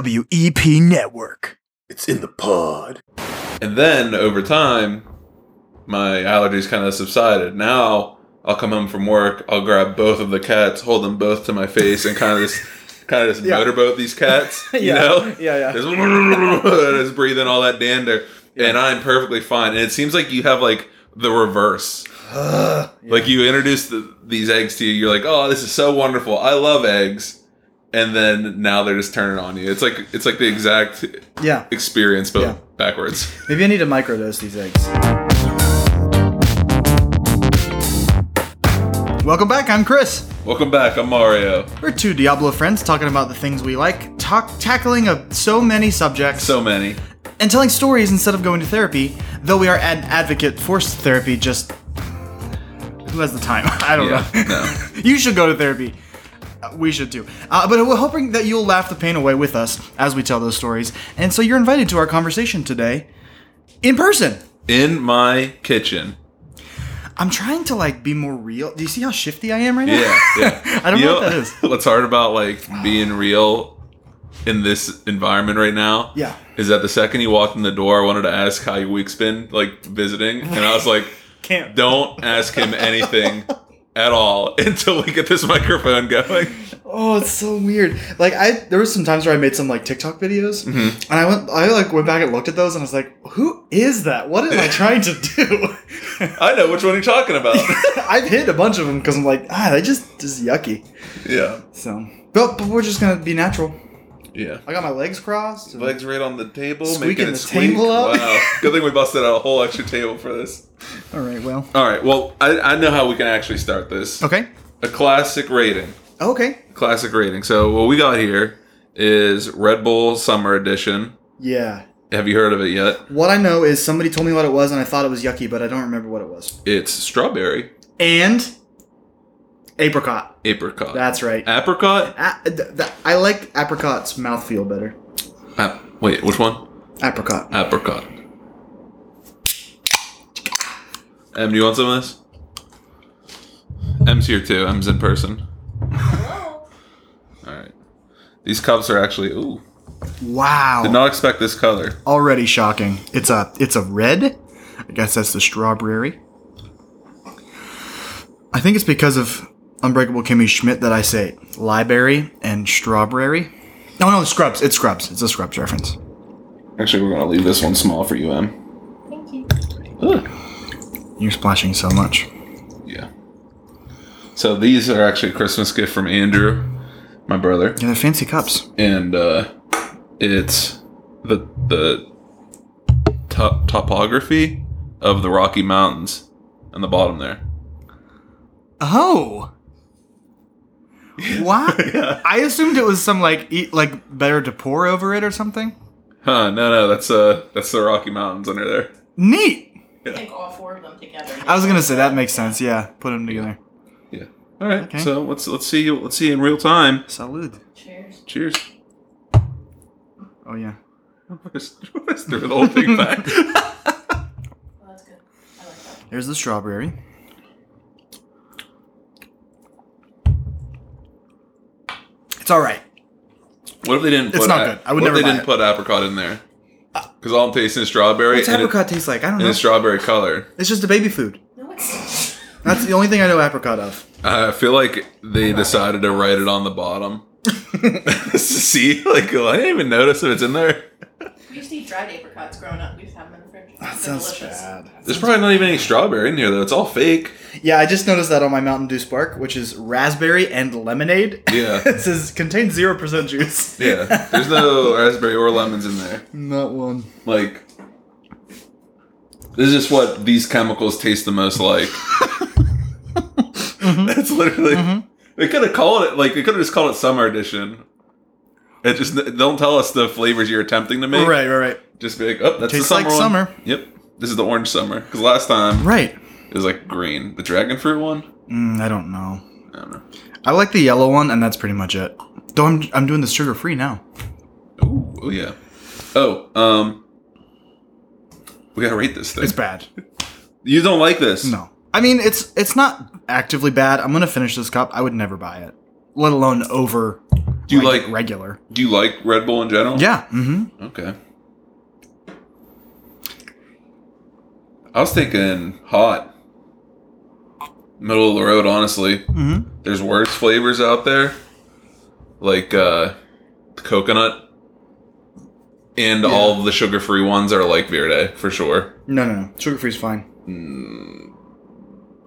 IWEP Network. It's in the pod. And then over time, my allergies kind of subsided. Now I'll come home from work, I'll grab both of the cats, hold them both to my face, and kind of just. Kind of just Yeah. motorboat these cats, you Yeah. know? Yeah, yeah. Just, just breathing all that dander, and I'm perfectly fine. And it seems like you have like the reverse. Like you introduce the, these eggs to you, you're like, "Oh, this is so wonderful. I love eggs," and then now they're just turning on you. It's like it's like the exact Yeah. experience, but Yeah. backwards. Maybe I need to microdose these eggs. Welcome back. I'm Chris. Welcome back. I'm Mario. We're two Diablo friends talking about the things we like, talk, tackling a, so many subjects, So many. and telling stories instead of going to therapy. Though we are an advocate for therapy, just who has the time? I don't Yeah. know. No. You should go to therapy. Uh, We should too. Uh, but we're hoping that you'll laugh the pain away with us as we tell those stories. And so you're invited to our conversation today in person. In my kitchen. I'm trying to like be more real. Do you see how shifty I am right now? Yeah. Yeah. I don't You know what that is. What's hard about like being real in this environment right now? Yeah. Is that the second you walked in the door, I wanted to ask how your week's been, like visiting, and I was like, Can't. "Don't ask him anything at all until we get this microphone going." Oh, it's so weird. Like I, there was some times where I made some like TikTok videos, and I went, I like went back and looked at those, and I was like, who is that? What am I trying to do? I know which one you're talking about. I've hit a bunch of them because I'm like, ah, they just just yucky. yeah. So, but, but we're just gonna be natural. Yeah. I got my legs crossed. and- Legs right on the table, Squeaking making the it squeak. table up. Wow. Good thing we busted out a whole extra table for this. All right. Well. All right. Well, I, I know how we can actually start this. Okay. A classic rating. Okay. Classic rating. So what we got here is Red Bull Summer Edition. Yeah. Have you heard of it yet? What I know is somebody told me what it was, and I thought it was yucky, but I don't remember what it was. It's strawberry And apricot. apricot. That's right. Uh, apricot. A- th- th- I like apricot's mouthfeel better. Ap- Uh, wait, which one? Apricot. Apricot. Em, do you want some of this? Em's here too. Em's in person. All right. These cups are actually. Ooh. Wow. Did not expect this color. Already shocking. It's a it's a red. I guess that's the strawberry. I think it's because of Unbreakable Kimmy Schmidt that I say library and strawberry. No, no, Scrubs. It's Scrubs. It's a Scrubs reference. Actually, we're gonna leave this one small for you, Em. Thank you. Ugh. You're splashing so much. Yeah. So these are actually a Christmas gift from Andrew, my brother, Yeah, they're fancy cups. and uh, it's the the top, topography of the Rocky Mountains on the bottom there. Oh. Wow. I assumed it was some like eat like better to pour over it or something. Huh? No, no, that's uh, that's the Rocky Mountains under there. Neat. Take all four of them together. I was gonna say that makes sense. Yeah, put them together. Yeah. All right. Okay. So let's let's see let's see in real time. Salud. Cheers. Cheers. Oh yeah. Just threw the whole thing back. Well, Oh, that's good. I like that. There's the strawberry. It's all right. What if they didn't? Put It's not a- good. I would what if never they buy didn't it. Uh, put apricot in there. Because all I'm tasting is strawberry. What's and it- apricot taste like? I don't and know. it's strawberry color. It's just a baby food. No, it's That's the only thing I know apricot of. I feel like they decided to write it on the bottom. See, like I didn't even notice if it's in there. We used to eat dried apricots growing up. We used to have them in the fridge. That They're sounds delicious. bad. There's probably not even any strawberry in here though. It's all fake. Yeah, I just noticed that on my Mountain Dew Spark, which is raspberry and lemonade. Yeah. it says contains zero percent juice. Yeah, there's no raspberry or lemons in there. Not one. Like, this is what these chemicals taste the most like. That's literally. They could have called it like they could have just called it summer edition. It just don't tell us the flavors you're attempting to make. Right, right, right, Just be like, oh, that's Tastes the summer like one. summer. Yep. This is the orange summer. Because last time right. it was like green. The dragon fruit one? Mm, I don't know. I don't know. I like the yellow one, and that's pretty much it. Though I'm I'm doing this sugar free now. Ooh, oh yeah. Oh, um We gotta rate this thing. It's bad. You don't like this. No, I mean it's it's not actively bad. I'm gonna finish this cup. I would never buy it, let alone over Do you like- regular? Do you like Red Bull in general? Yeah. hmm Okay. I was thinking hot. Middle of the road, honestly. hmm There's worse flavors out there. Like uh the coconut. And Yeah. all the sugar free ones are like Verde, for sure. No, no, no. Sugar free's fine. Mm.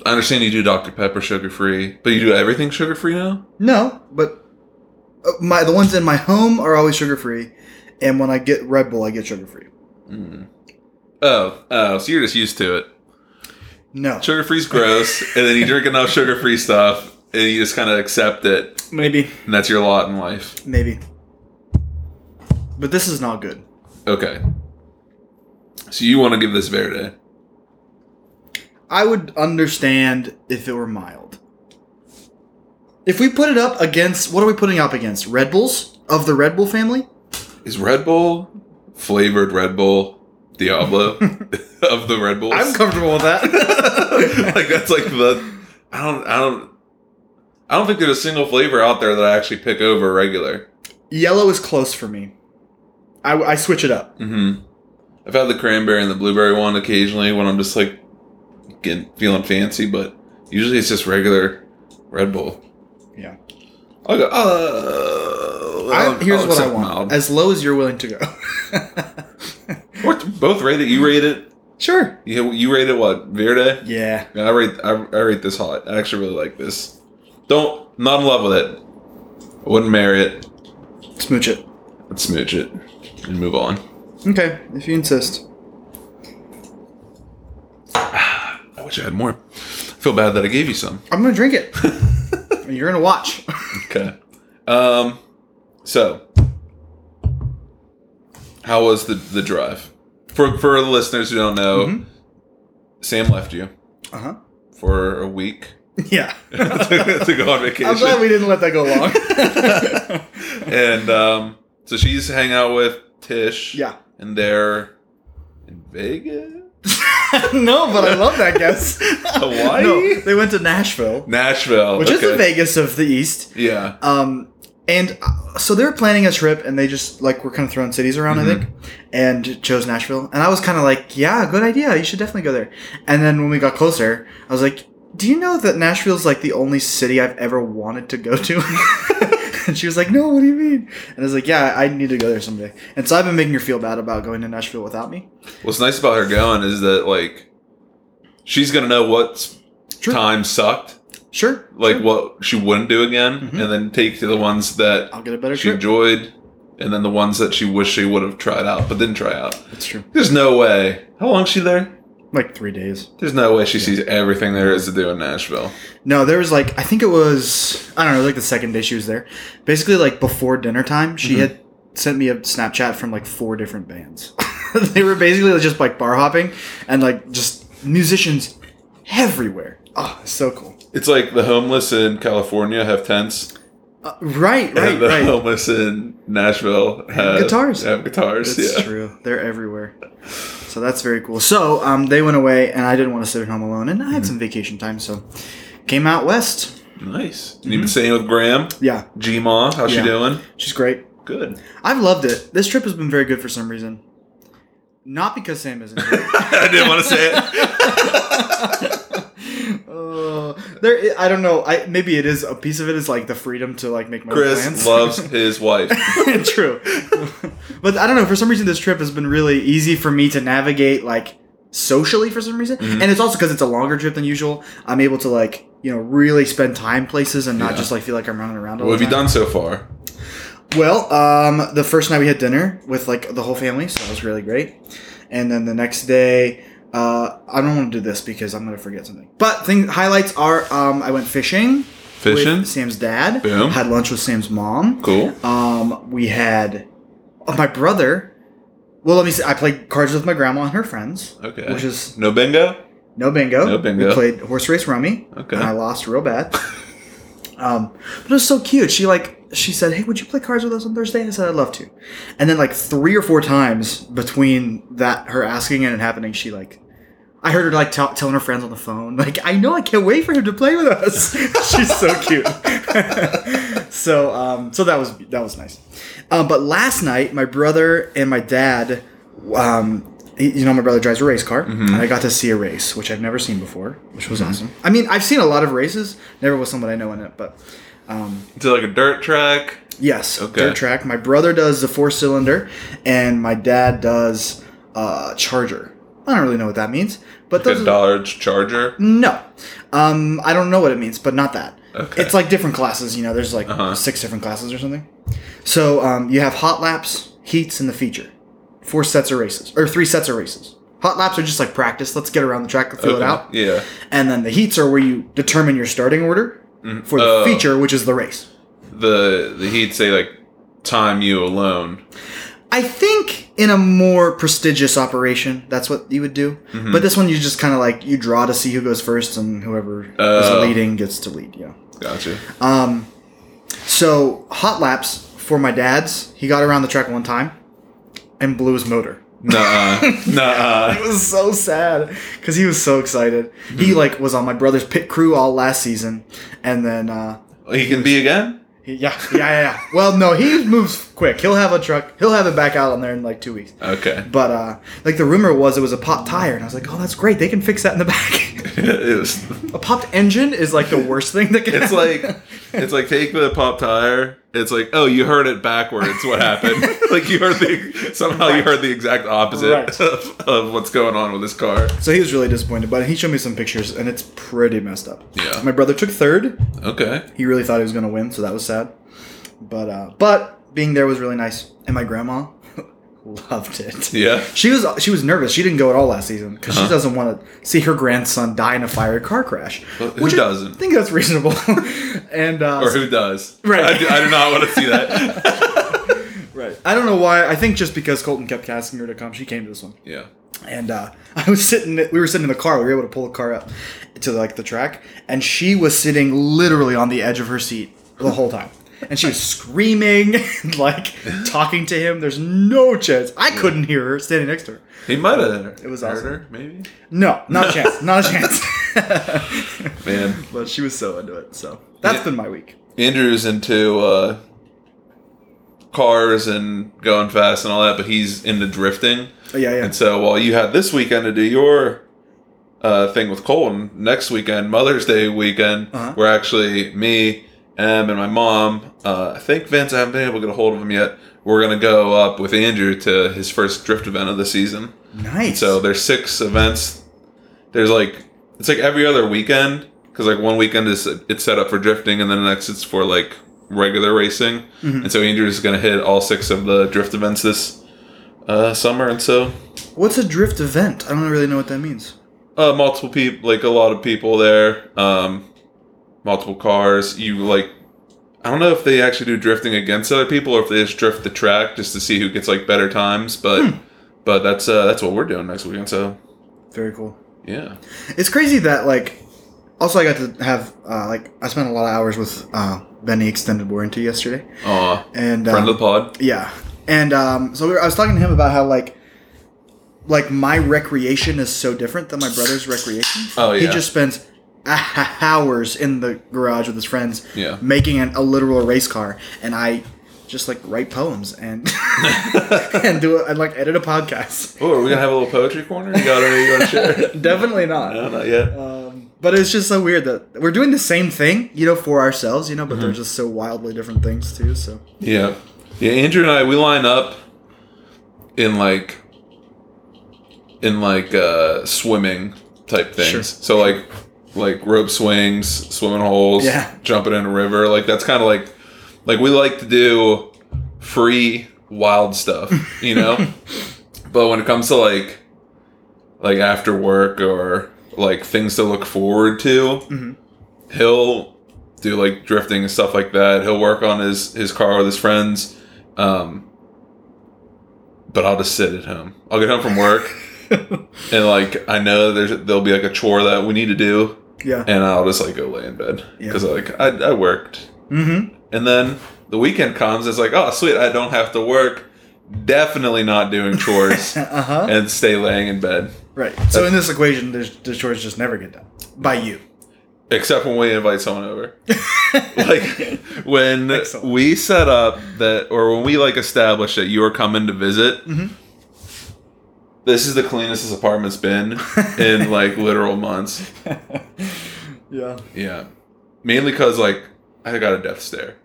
I understand you do Dr. Pepper sugar free, but you do everything sugar free now? No, but uh, my the ones in my home are always sugar free, and when I get Red Bull, I get sugar free. Mm. Oh, oh, so you're just used to it. No, Sugar free's gross, and then you drink enough sugar free stuff, and you just kind of accept it, maybe, and that's your lot in life. maybe. But this is not good. Okay. So you want to give this Verde? I would understand if it were mild. If we put it up against what are we putting up against? Red Bulls of the Red Bull family? Is Red Bull flavored Red Bull Diablo of the Red Bulls? I'm comfortable with that. like that's like the I don't I don't I don't think there's a single flavor out there that I actually pick over regular. Yellow is close for me. I, I switch it up. Mm-hmm. I've had the cranberry and the blueberry one occasionally when I'm just like getting feeling fancy, but usually it's just regular Red Bull. Yeah. I'll go. Uh, I- I'll- here's I'll what I accept want: mild. as low as you're willing to go. We're both rate it. You rate it. sure. You you rate it what Verde? Yeah. Yeah, I rate I, I rate this hot. I actually really like this. Don't not in love with it. I wouldn't marry it. Smooch it. I'd smooch it and move on. Okay, if you insist. I wish I had more. I feel bad that I gave you some. I'm gonna drink it. And You're gonna watch. Okay. Um. So, how was the the drive? For for the listeners who don't know, Mhm. Sam left you Uh huh. for a week Yeah. to, to go on I'm glad vacation, we didn't let that go long. and um, so she's hanging out with Tish. yeah. and they're in Vegas, no, but I love that guess. Hawaii? No, they went to Nashville, Nashville, which is okay. the Vegas of the East. Yeah, Um, and uh, so they were planning a trip, and they just like were kind of throwing cities around, I Mhm. think, and chose Nashville. And I was kind of like, yeah, good idea. You should definitely go there. And then when we got closer, I was like, do you know that Nashville's like the only city I've ever wanted to go to? and she was like, no, what do you mean? And I was like, yeah, I need to go there someday. And so I've been making her feel bad about going to Nashville without me. what's nice about her going is that like she's gonna know what Sure. time sucked. Sure. like sure. what she wouldn't do again, Mhm. and then take to the ones that I'll get a better she trip. enjoyed, and then the ones that she wished she would have tried out but didn't try out. That's true. There's no way. How long's she there? Like three days. There's no way she sees everything there is to do in Nashville. No, there was like I think it was I don't know, like the second day she was there. Basically, like before dinner time, she Mhm. had sent me a Snapchat from like four different bands. they were basically just like bar hopping and like just musicians everywhere. Oh, it's so cool. It's like the homeless in California have tents, Uh, right, right, and the right. homeless in Nashville have guitars. Have guitars, That's yeah. true. They're everywhere. So that's very cool. So um, they went away, and I didn't want to sit at home alone, and I Mm-hmm. had some vacation time, so came out west. Nice. And You've been staying with Graham, Yeah, G Ma. How's Mm-hmm. Yeah. she doing? she's great. Good. I've loved it. This trip has been very good for some reason. Not because Sam isn't here. I didn't want to say it. uh, there, I I don't know. I maybe it is a piece of it is like the freedom to like make my own Chris plans. loves his wife. True, but I don't know. For some reason, this trip has been really easy for me to navigate, like socially, for some reason. Mhm. And it's also because it's a longer trip than usual. I'm able to like you know really spend time places and not Yeah. just like feel like I'm running around. All What have the you time. done so far? Well, um, the first night we had dinner with like the whole family, so that was really great. And then the next day, uh, I don't want to do this because I'm gonna forget something. But thing highlights are um, I went fishing. Fishing? with Sam's dad. Boom. Had lunch with Sam's mom. Cool. Um, we had oh, my brother. Well, let me see. I played cards with my grandma and her friends, Okay. which is no bingo. no bingo. No bingo. We played horse race rummy. Okay. And I lost real bad. um, but it was so cute. She like she said, "Hey, would you play cards with us on Thursday?" I said, "I'd love to." And then like three or four times between that her asking and it happening, she like, I heard her like tell telling her friends on the phone, like, I know I can't wait for him to play with us. She's so cute. so, um, so that was that was nice. Um, but last night, my brother and my dad, um, he- you know, my brother drives a race car, and I got to see a race, which I've never seen before, which was awesome. I mean, I've seen a lot of races, never was someone I know in it, but um, To like a dirt track. Yes, Okay. dirt track. My brother does the four cylinder, and my dad does uh, charger. I don't really know what that means, but Like those a are- Dodge Charger. no, um, I don't know what it means, but not that. Okay. It's like different classes. You know, there's like Uh-huh. six different classes or something. So um, you have hot laps, heats, and the feature. Four sets of races, or three sets of races. Hot laps are just like practice. Let's get around the track, let's fill it Okay. out, Yeah. and then the heats are where you determine your starting order for the Oh. feature, which is the race. The the he'd say like time you alone. I think in a more prestigious operation, that's what you would do. Mm-hmm. But this one, you just kind of like you draw to see who goes first, and whoever Oh. is leading gets to lead. Yeah. Gotcha. Um, so hot laps for my dad's. He got around the track one time and blew his motor. Nuh-uh. Nuh-uh. It was so sad because he was so excited. He Mm-hmm. like was on my brother's pit crew all last season, and then uh, He can be again. he, yeah, yeah, yeah, yeah. Well, no, he moves quick. He'll have a truck. He'll have it back out on there in like two weeks. Okay. But uh, like the rumor was, it was a pop tire, and I was like, "Oh, that's great! They can fix that in the back." it was. a popped engine is like the worst thing that can. It's happen. like it's like take the pop tire. It's like oh you heard it backwards. What happened? like you heard the somehow you heard the exact opposite Right. of, of what's going on with this car. so he was really disappointed, but he showed me some pictures, and it's pretty messed up. Yeah. my brother took third. Okay. He really thought he was gonna win, so that was sad. But uh, but being there was really nice, and my grandma loved it. Yeah. She was she was nervous. She didn't go at all last season because she Uh-huh. doesn't want to see her grandson die in a fiery car crash. Well, who which I doesn't? think that's reasonable. and uh, Or who does? Right. I do, I do not want to see that. Right. I don't know why. I think just because Colton kept asking her to come, she came to this one. yeah. And uh, I was sitting. We were sitting in the car. We were able to pull the car up to like the track, and she was sitting literally on the edge of her seat the whole time. And she was screaming, and, like talking to him. There's no chance. I couldn't hear her standing next to her. He might have. It was heard awesome. her, maybe. No, not a chance. Not a chance. Man, but she was so into it. So that's Yeah. been my week. Andrew's into uh, cars and going fast and all that, but he's into drifting. Oh, yeah, yeah. And so while you had this weekend to do your uh, thing with Colton, next weekend, Mother's Day weekend, Uh-huh. we're actually me, Em, and my mom. Uh, I think Vince, I haven't been able to get a hold of him yet. We're gonna go up with Andrew to his first drift event of the season. Nice. So there's six events. There's like it's like every other weekend because like one weekend is it's set up for drifting and then the next it's for like regular racing. Mm-hmm. And so Andrew's gonna hit all six of the drift events this uh, summer. And so what's a drift event? I don't really know what that means. uh, multiple people, like a lot of people there, um, multiple cars. You like I don't know if they actually do drifting against other people or if they just drift the track just to see who gets like better times, but. Hmm. But that's uh, that's what we're doing next weekend. So Very cool. yeah, It's crazy that like. Also, I got to have uh, like I spent a lot of hours with uh, Benny extended warranty yesterday, Aw. and friend of um, the pod. yeah, and um, so we were, I was talking to him about how like like my recreation is so different than my brother's recreation. Oh, he yeah. just spends hours in the garage with his friends, Yeah. making an, a literal race car, and I just like write poems and and do it and like edit a podcast. Oh, are we gonna have a little poetry corner? You got any you want to share? Definitely not. no, not yet. Um, but it's just so weird that we're doing the same thing, you know, for ourselves, you know, but they're Mm-hmm. just so wildly different things too. So Yeah, yeah. Andrew and I we line up in like in like uh swimming type things. Sure. So like like rope swings, swimming holes, Yeah. jumping in a river. Like that's kind of like like we like to do free wild stuff, you know. but when it comes to like like after work or like things to look forward to, Mhm. he'll do like drifting and stuff like that. He'll work on his his car with his friends. Um, but I'll just sit at home. I'll get home from work, and like I know there's there'll be like a chore that we need to do, yeah, and I'll just like go lay in bed Yeah. because like I, I worked, mm-hmm. and then the weekend comes. It's like oh sweet, I don't have to work. Definitely not doing chores uh huh. and stay laying in bed. Right. So in this equation, there's, the chores just never get done by you. except when we invite someone over. like when Excellent. we set up that, or when we like establish that you are coming to visit. Mm-hmm. This is the cleanest this apartment's been in like literal months. yeah. Yeah, mainly because like I got a death stare.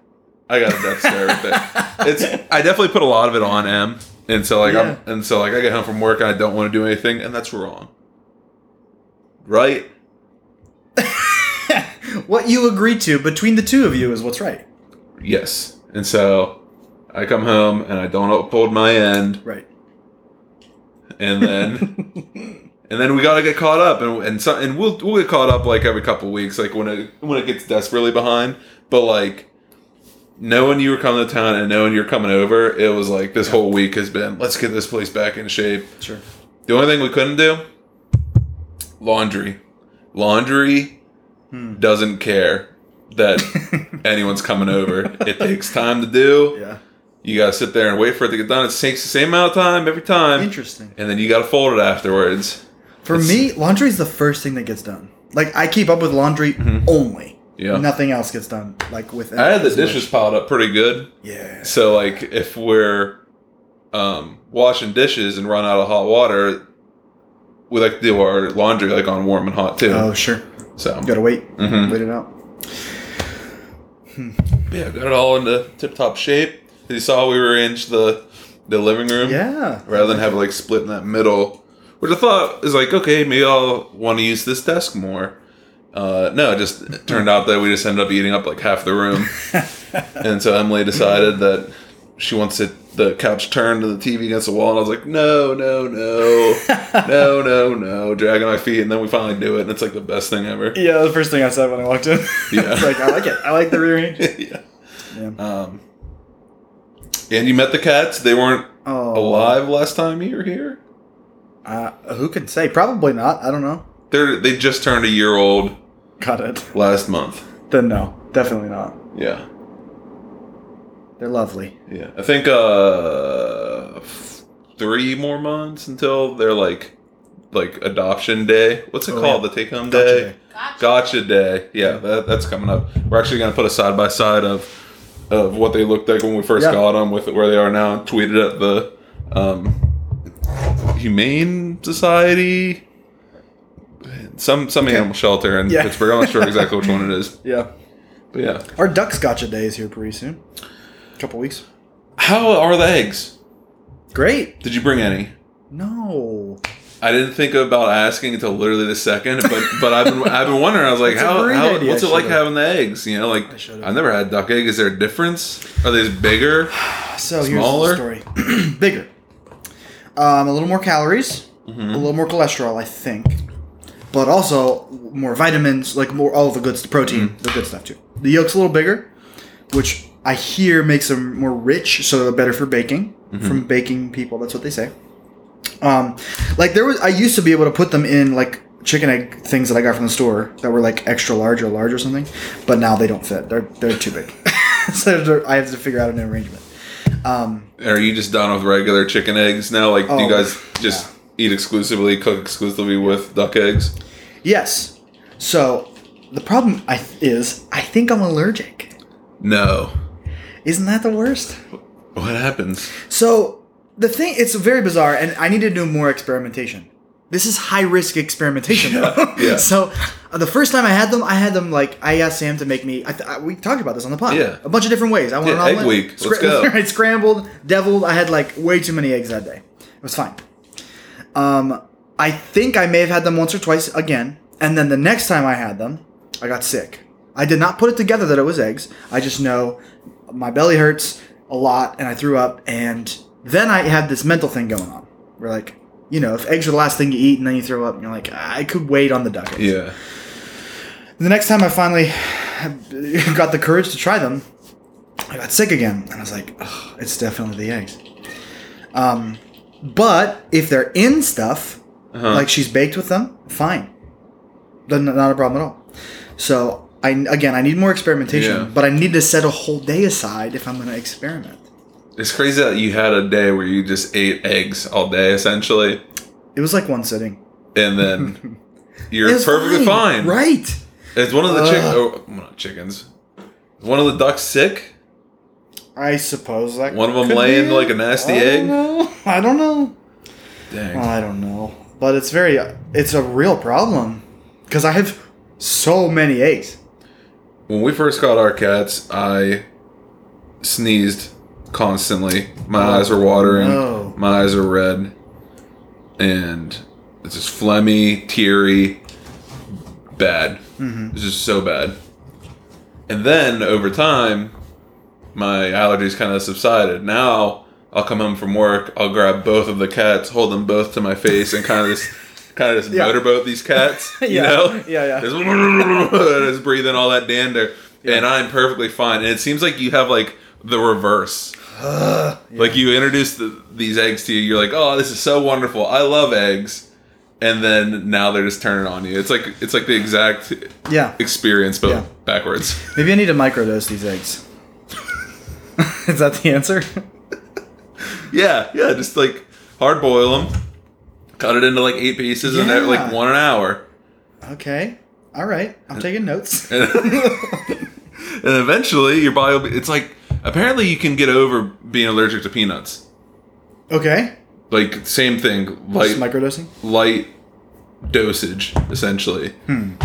I got a death stare with it. It's I definitely put a lot of it on M, and so like I'm, and so like I get home from work and I don't want to do anything, and that's wrong. Right? what you agree to between the two of you is what's right. Yes. And so I come home and I don't uphold my end, Right. and then and then we gotta get caught up, and and so, and we'll we'll get caught up like every couple weeks, like when it when it gets desperately behind. But like knowing you were coming to town and knowing you're coming over, it was like this whole week has been let's get this place back in shape. sure. The only thing we couldn't do laundry. Laundry Hmm. doesn't care that anyone's coming over. It takes time to do. Yeah. You gotta sit there and wait for it to get done. It takes the same amount of time every time, Um, Interesting. and then you gotta fold it afterwards. For It's- me, laundry is the first thing that gets done. Like I keep up with laundry only. Mm-hmm. Yeah. Nothing else gets done. Like with I had the dishes piled up pretty good, Yeah. so like if we're um, washing dishes and run out of hot water, we like to do our laundry like on warm and hot too. Oh sure. so Gotta wait. Mhm. Wait it out. yeah, got it all into tip top shape. You saw we were in the the living room, Yeah. rather than have it like split in that middle, which I thought is like okay, maybe I'll want to use this desk more. Uh, no, it just it turned out that we just ended up eating up like half the room, and so Emily decided that she wants it the couch turned to the TV against the wall, and I was like, no, no, no, no, no, no, dragging my feet, and then we finally do it, and it's like the best thing ever. Yeah, the first thing I said when I walked in. Yeah. it's like I like it. I like the rearrange. yeah. Yeah. Um, and you met the cats. They weren't Oh. alive last time you were here. Uh, who can say? Probably not. I don't know. They're they just turned a year old Got it. last month. Then no, definitely not. Yeah, They're lovely. yeah. I think uh, f- three more months until they're like like adoption day. What's it Oh, called? yeah. The take home Gotcha day. day. Gotcha. Gotcha day. Yeah, that, that's coming up. We're actually gonna put a side by side of of what they looked like when we first Yeah. got 'em got them with where they are now. and Tweeted at the um, Humane Society, some some animal shelter in Yeah. Pittsburgh. I'm not sure exactly which one it is, Yeah. but yeah. Our ducks gotcha day is here pretty soon. couple weeks. How are the eggs? Great. Did you bring any? No. I didn't think about asking until literally the second, but but I've been I've been wondering. I was like, That's a how, great how idea. what's I it like should've- having the eggs? You know, like I should've. I've never had duck egg. Is there a difference? Are these bigger? So Smaller? here's the story. Bigger. Um, a little more calories. A little more cholesterol, I think. But also more vitamins, like more all the good st- protein, the good stuff too. The yolk's a little bigger, which I hear makes them more rich, so they're better for baking. From baking people, that's what they say. Um, like there was, I used to be able to put them in like chicken egg things that I got from the store that were like extra large or large or something, but now they don't fit. They're they're too big, so they're- I have to figure out an arrangement. Um, Are you just done with regular chicken eggs now? Like, do Oh, you guys just eat exclusively, cook exclusively with duck eggs? yes. So the problem I th- is I think I'm allergic. No. Isn't that the worst? What happens? So the thing, it's very bizarre, and I need to do more experimentation. This is high risk experimentation. though. yeah. So uh, the first time I had them, I had them like I asked Sam to make me. I th- I, we talked about this on the pod. Yeah. A bunch of different ways. I wanted Yeah, omelet, egg week. Let's go. right, scrambled, deviled. I had like way too many eggs that day. It was fine. Um, I think I may have had them once or twice again, and then the next time I had them, I got sick. I did not put it together that it was eggs. I just know my belly hurts a lot, and I threw up, and then I had this mental thing going on. We're like, you know, if eggs are the last thing you eat, and then you throw up, and you're like, I could wait on the duck. eggs." Yeah. The next time I finally got the courage to try them, I got sick again, and I was like, "Ugh, "It's definitely the eggs." Um, but if they're in stuff, Uh-huh. like she's baked with them, fine, Then not a problem at all. So I again, I need more experimentation, Yeah. but I need to set a whole day aside if I'm going to experiment. It's crazy that you had a day where you just ate eggs all day, essentially. It was like one sitting. and then you're It's perfectly fine. Right. Is one of the chick- Ugh. oh, not chickens? Is one of the ducks sick? I suppose that One of 'em could laying be it. like a nasty I egg? Don't know. I don't know. Dang. I don't know. But it's very it's a real problem because I have so many eggs. when we first got our cats, I sneezed constantly. My eyes were watering. no. My eyes are red. And it's just phlegmy, teary, bad. Mhm. It's just so bad. And then over time, my allergies kind of subsided. Now I'll come home from work, I'll grab both of the cats, hold them both to my face, and kind of just kind of just Yeah. motorboat these cats. You Yeah. know? Yeah, yeah. Just, and just breathing all that dander. Yeah. And I'm perfectly fine. And it seems like you have like the reverse. Yeah. Like you introduce the, these eggs to you, you're like, "Oh, this is so wonderful. I love eggs," and then now they're just turning on you. It's like it's like the exact yeah. experience, but Yeah. backwards. Maybe I need to microdose these eggs. Is that the answer? yeah, yeah. Just like hard boil them, cut it into like eight pieces, and they're like Yeah. one an hour, Okay. All right. I'm taking notes. and, and eventually your body. Will be, it's like apparently you can get over being allergic to peanuts. Okay. Like same thing, Just light microdosing. light dosage essentially. I'm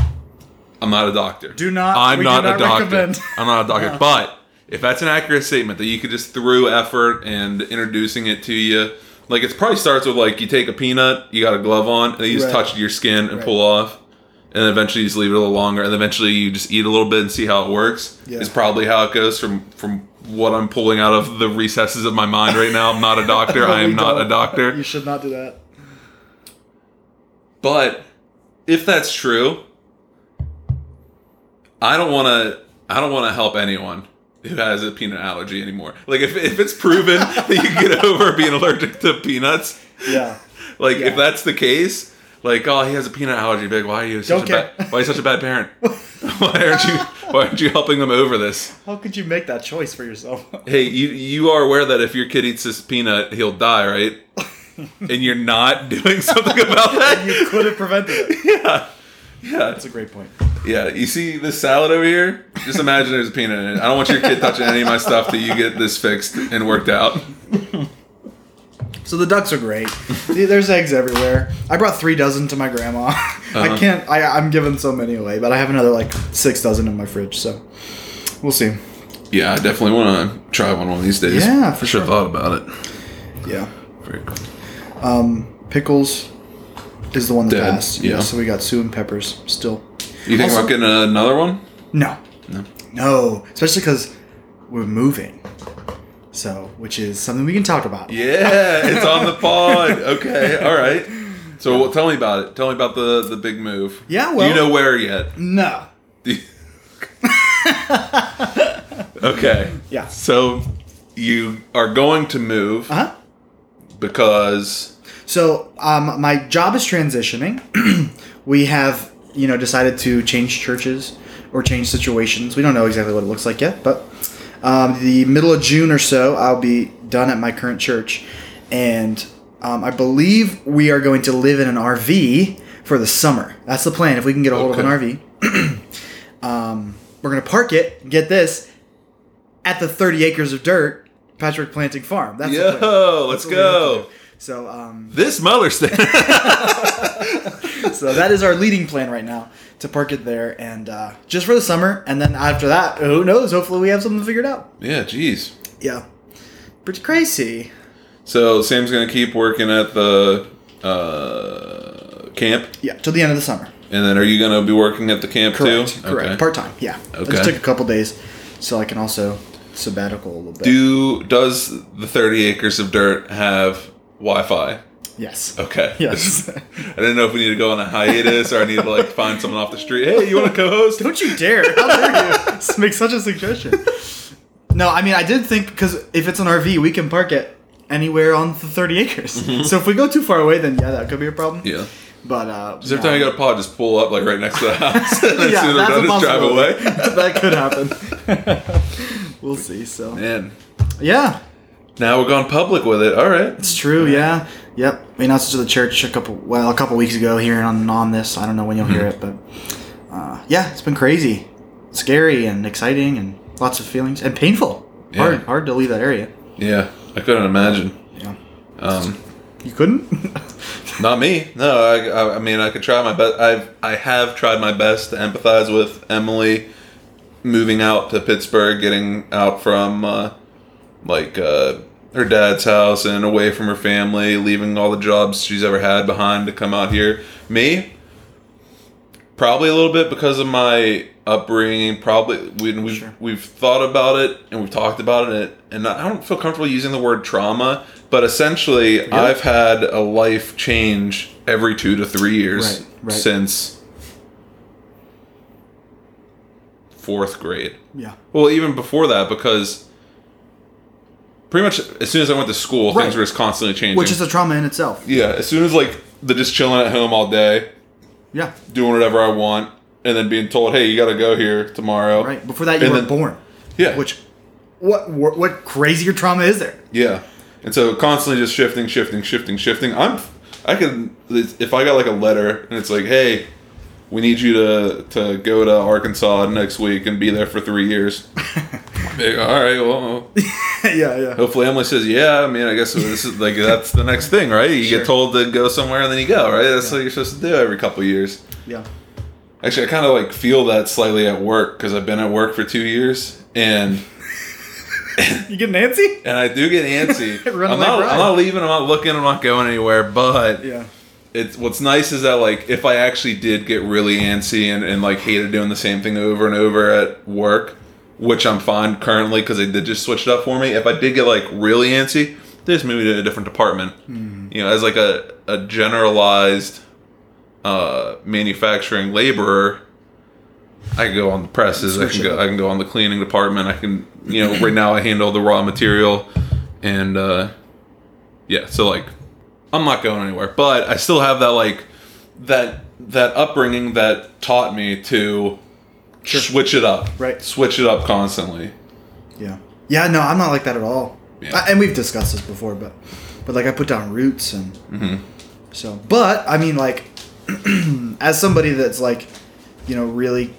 not a doctor. Hmm. Do not- I'm we do not, not a doctor. recommend. I'm not a doctor. But if that's an accurate statement that you could just through effort and introducing it to you, like it probably starts with like you take a peanut, you got a glove on, and you just Right. touch it to your skin and Right. pull off. And then eventually you just leave it a little longer, and eventually you just eat a little bit and see how it works. Yeah. Is probably how it goes from from what I'm pulling out of the recesses of my mind right now. I'm not a doctor. I We am not don't. a doctor. You should not do that. But if that's true, I don't want to. I don't want to help anyone who has a peanut allergy anymore. Like if, if it's proven that you can get over being allergic to peanuts, Yeah. like Yeah. if that's the case, like oh he has a peanut allergy, big why are you such Don't a bad, care. why are you such a bad parent? why aren't you why aren't you helping them over this? How could you make that choice for yourself? Hey, you you are aware that if your kid eats this peanut, he'll die, right? and you're not doing something about that. you could have prevented it. yeah. Yeah, That's a great point. Yeah, you see this salad over here? Just imagine there's a peanut in it. I don't want your kid touching any of my stuff till you get this fixed and worked out. So the ducks are great. Th- There's eggs everywhere. I brought three dozen to my grandma. I can't. I, I'm giving so many away, but I have another like six dozen in my fridge. So we'll see. Yeah, I definitely want to try one one of these days. Yeah, for Should've sure. thought about it. Yeah. Very cool. Um, pickles is the one that Dead, passed. yeah. So we got Sue and peppers still. You think Also- about getting another one? No. No. No. Especially because we're moving. So, which is something we can talk about. Yeah, it's on the pod. Okay, all right. So well, tell me about it. Tell me about the the big move. Yeah, Do well- you know where yet? No. Do you- okay. Yeah. So you are going to move Uh huh. because So um, my job is transitioning. we have, you know, decided to change churches or change situations. We don't know exactly what it looks like yet, but um, the middle of June or so, I'll be done at my current church, and um, I believe we are going to live in an RV for the summer. That's the plan. If we can get a hold of Okay. an RV, um, we're gonna park it. Get this at the 30 acres of dirt, Patrick Planting Farm. That's the plan. yo, let's That's what we have to go. do. So, um, This Mullerstein. so that is our leading plan right now to park it there and uh, just for the summer. And then after that, who knows? Hopefully, we have something figured out. yeah, jeez. Yeah, pretty crazy. So Sam's gonna keep working at the uh, camp, Yeah, till the end of the summer. and then are you gonna be working at the camp Correct. too? Correct. Okay. Part time. Yeah. I Okay. just took a couple days, so I can also sabbatical a little bit. Do does the thirty acres of dirt have Wi-Fi? yes. Okay. Yes. I didn't know if we need to go on a hiatus or I need to like find someone off the street. Hey, you want to co-host? Don't you dare! How dare you make such a suggestion? No, I mean I did think because if it's an RV, we can park it anywhere on the 30 acres. So if we go too far away, then yeah, that could be a problem. Mm-hmm. Yeah. But uh, So every no. time you got a pod, just pull up like right next to the house. And as soon as we're done, just drive possibility. away. that could happen. we'll see. So Man, yeah, now we're gone public with it. All right. it's true. Yeah, Yep, we announced it to the church a couple well a couple weeks ago here on on this. I don't know when you'll hear it, but uh, yeah, it's been crazy, scary and exciting and lots of feelings and painful. Yeah. Hard hard to leave that area. Yeah, I couldn't imagine. Yeah, Um, you couldn't. not me. No, I, I, I mean I could try my best. I've I have tried my best to empathize with Emily moving out to Pittsburgh, getting out from uh, like uh, her dad's house and away from her family, leaving all the jobs she's ever had behind to come out here. Me, probably a little bit because of my upbringing. Probably we, we've Sure. we've thought about it and we've talked about it, and I don't feel comfortable using the word trauma, but essentially I've had a life change every two to three years Right, right. since fourth grade. yeah, Well, even before that, because pretty much as soon as I went to school, Right. things were just constantly changing. which is a trauma in itself. yeah, as soon as like the just chilling at home all day, Yeah, doing whatever I want, and then being told, "Hey, you got to go here tomorrow." right. Before that, you And were then- born. Yeah. Which, what what what crazier trauma is there? Yeah. And so constantly just shifting, shifting, shifting, shifting. I'm I can if I got like a letter and it's like, "Hey, we need you to to go to Arkansas next week and be there for 3 years." I'd be like, All right, well, yeah, yeah. Hopefully, Emily says, "Yeah." I mean, I guess this is like that's the next thing, right? You Sure. get told to go somewhere and then you go, right? That's what you're supposed to do every couple of years. Yeah. Actually, I kind of like feel that slightly at work because I've been at work for two years and You get Nancy? and I do get antsy. Runaway I'm not, bride. I'm not leaving. I'm not looking. I'm not going anywhere. But Yeah. it's what's nice is that like if I actually did get really antsy and, and like hated doing the same thing over and over at work, which I'm fine currently because they did just switch it up for me. If I did get like really antsy, they just moved me to a different department. Hmm. You know, as like a, a generalized uh, manufacturing laborer, I can go on the presses. I Switch can it go. up. I can go on the cleaning department. I can you know right now I handle the raw material, and uh, yeah, so like I'm not going anywhere, but I still have that like that that upbringing that taught me to switch it up, Right. Switch it up constantly. Yeah. Yeah, no, I'm not like that at all. Yeah. I, and we've discussed this before, but but like I put down roots and so. But I mean, like, as somebody that's like, you know, really.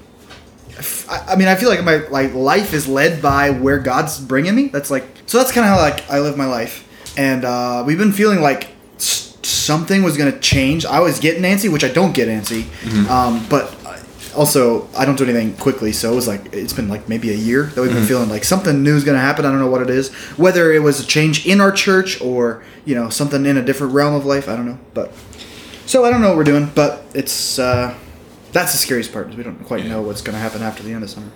I, I mean, I feel like my like life is led by where God's bringing me. That's like so. That's kind of how like I live my life, and uh, we've been feeling like s- something was gonna change. I was getting antsy, which I don't get antsy, um, but I- also I don't do anything quickly. So it was like it's been like maybe a year that we've been feeling like something new is gonna happen. I don't know what it is. Whether it was a change in our church or you know something in a different realm of life, I don't know. But so I don't know what we're doing, but it's uh, that's the scariest part is we don't quite know what's going to happen after the end of summer.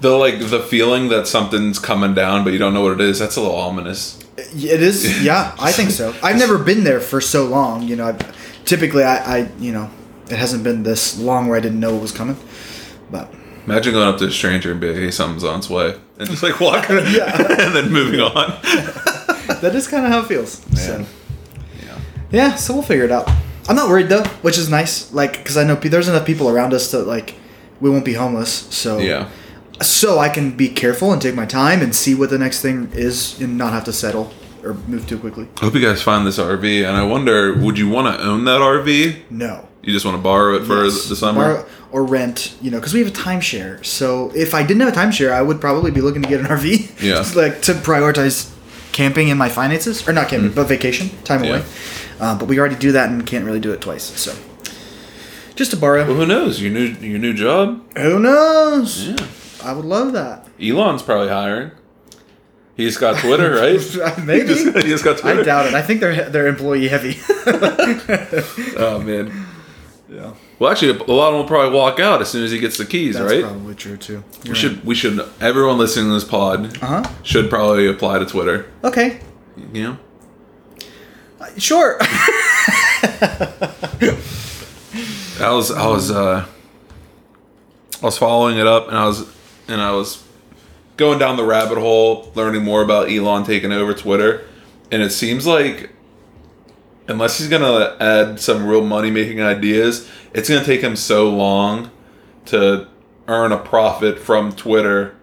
The like the feeling that something's coming down, but you don't know what it is. That's a little ominous. It is, yeah, I think so. I've never been there for so long. You know, I've, typically I, I, you know, it hasn't been this long where I didn't know it was coming. But Imagine going up to a stranger and be like, "Hey, something's on its way," and just like walking, Yeah. and then moving on. that is kind of how it feels. So Man. yeah. yeah, so we'll figure it out. I'm not worried though, which is nice. Like, because I know pe- there's enough people around us that like we won't be homeless. So Yeah. so I can be careful and take my time and see what the next thing is and not have to settle or move too quickly. I hope you guys find this RV, and I wonder, would you want to own that RV? No. You just want to borrow it for Yes. the summer? Or, or rent, you know, because we have a timeshare. So if I didn't have a timeshare, I would probably be looking to get an RV. Yeah. Just, like to prioritize camping in my finances, or not camping, but vacation time Mm-hmm. Yeah. away. Uh, but we already do that and can't really do it twice. So just to borrow. Well, who knows? Your new your new job. Who knows? Yeah. I would love that. Elon's probably hiring. He's got Twitter, right? Maybe. He just, he just got Twitter. I doubt it. I think they're they're employee heavy. Oh man. yeah, Well, actually, a lot will probably walk out as soon as he gets the keys, that's right? probably true too. We should. We should. Everyone listening to this pod Uh huh. should probably apply to Twitter. Okay. You know. Sure. I was I was uh I was following it up and I was and I was going down the rabbit hole learning more about Elon taking over Twitter and it seems like unless he's going to add some real money making ideas it's going to take him so long to earn a profit from Twitter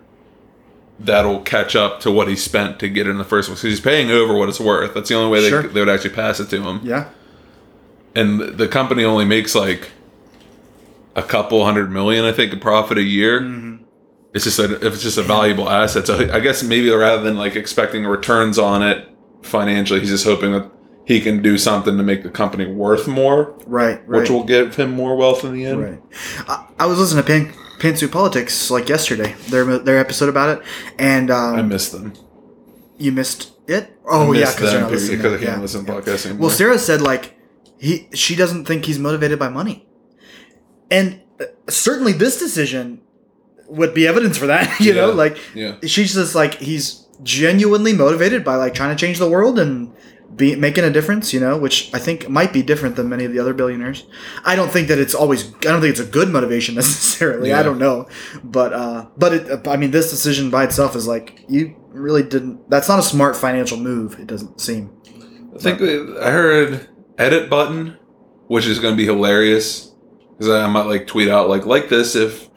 that'll catch up to what he spent to get it in the first place. 'Cause he's paying over what it's worth. That's the only way they, Sure. they would actually pass it to him. Yeah. And the company only makes like a couple hundred million, I think, in profit a year. Mm-hmm. It's just a, if it's just a valuable asset. So I guess maybe rather than like expecting returns on it financially, he's just hoping that he can do something to make the company worth more, Right. Right. which will give him more wealth in the end. Right. I, I was listening to Pan, Pantsuit Politics like yesterday, their their episode about it, and um, I miss them. you missed it. Oh yeah, because they're not because I listening. can't yeah. listen to yeah. podcasts anymore. Well, Sarah said like he she doesn't think he's motivated by money, and uh, certainly this decision would be evidence for that. You know, Yeah. like yeah, she's just like he's genuinely motivated by like trying to change the world and be making a difference you know which i think might be different than many of the other billionaires i don't think that it's always i don't think it's a good motivation necessarily i Yeah. don't know but uh but it, i mean this decision by itself is like you really didn't that's not a smart financial move it doesn't seem I think I heard edit button, which is going to be hilarious because I might like tweet out like like this if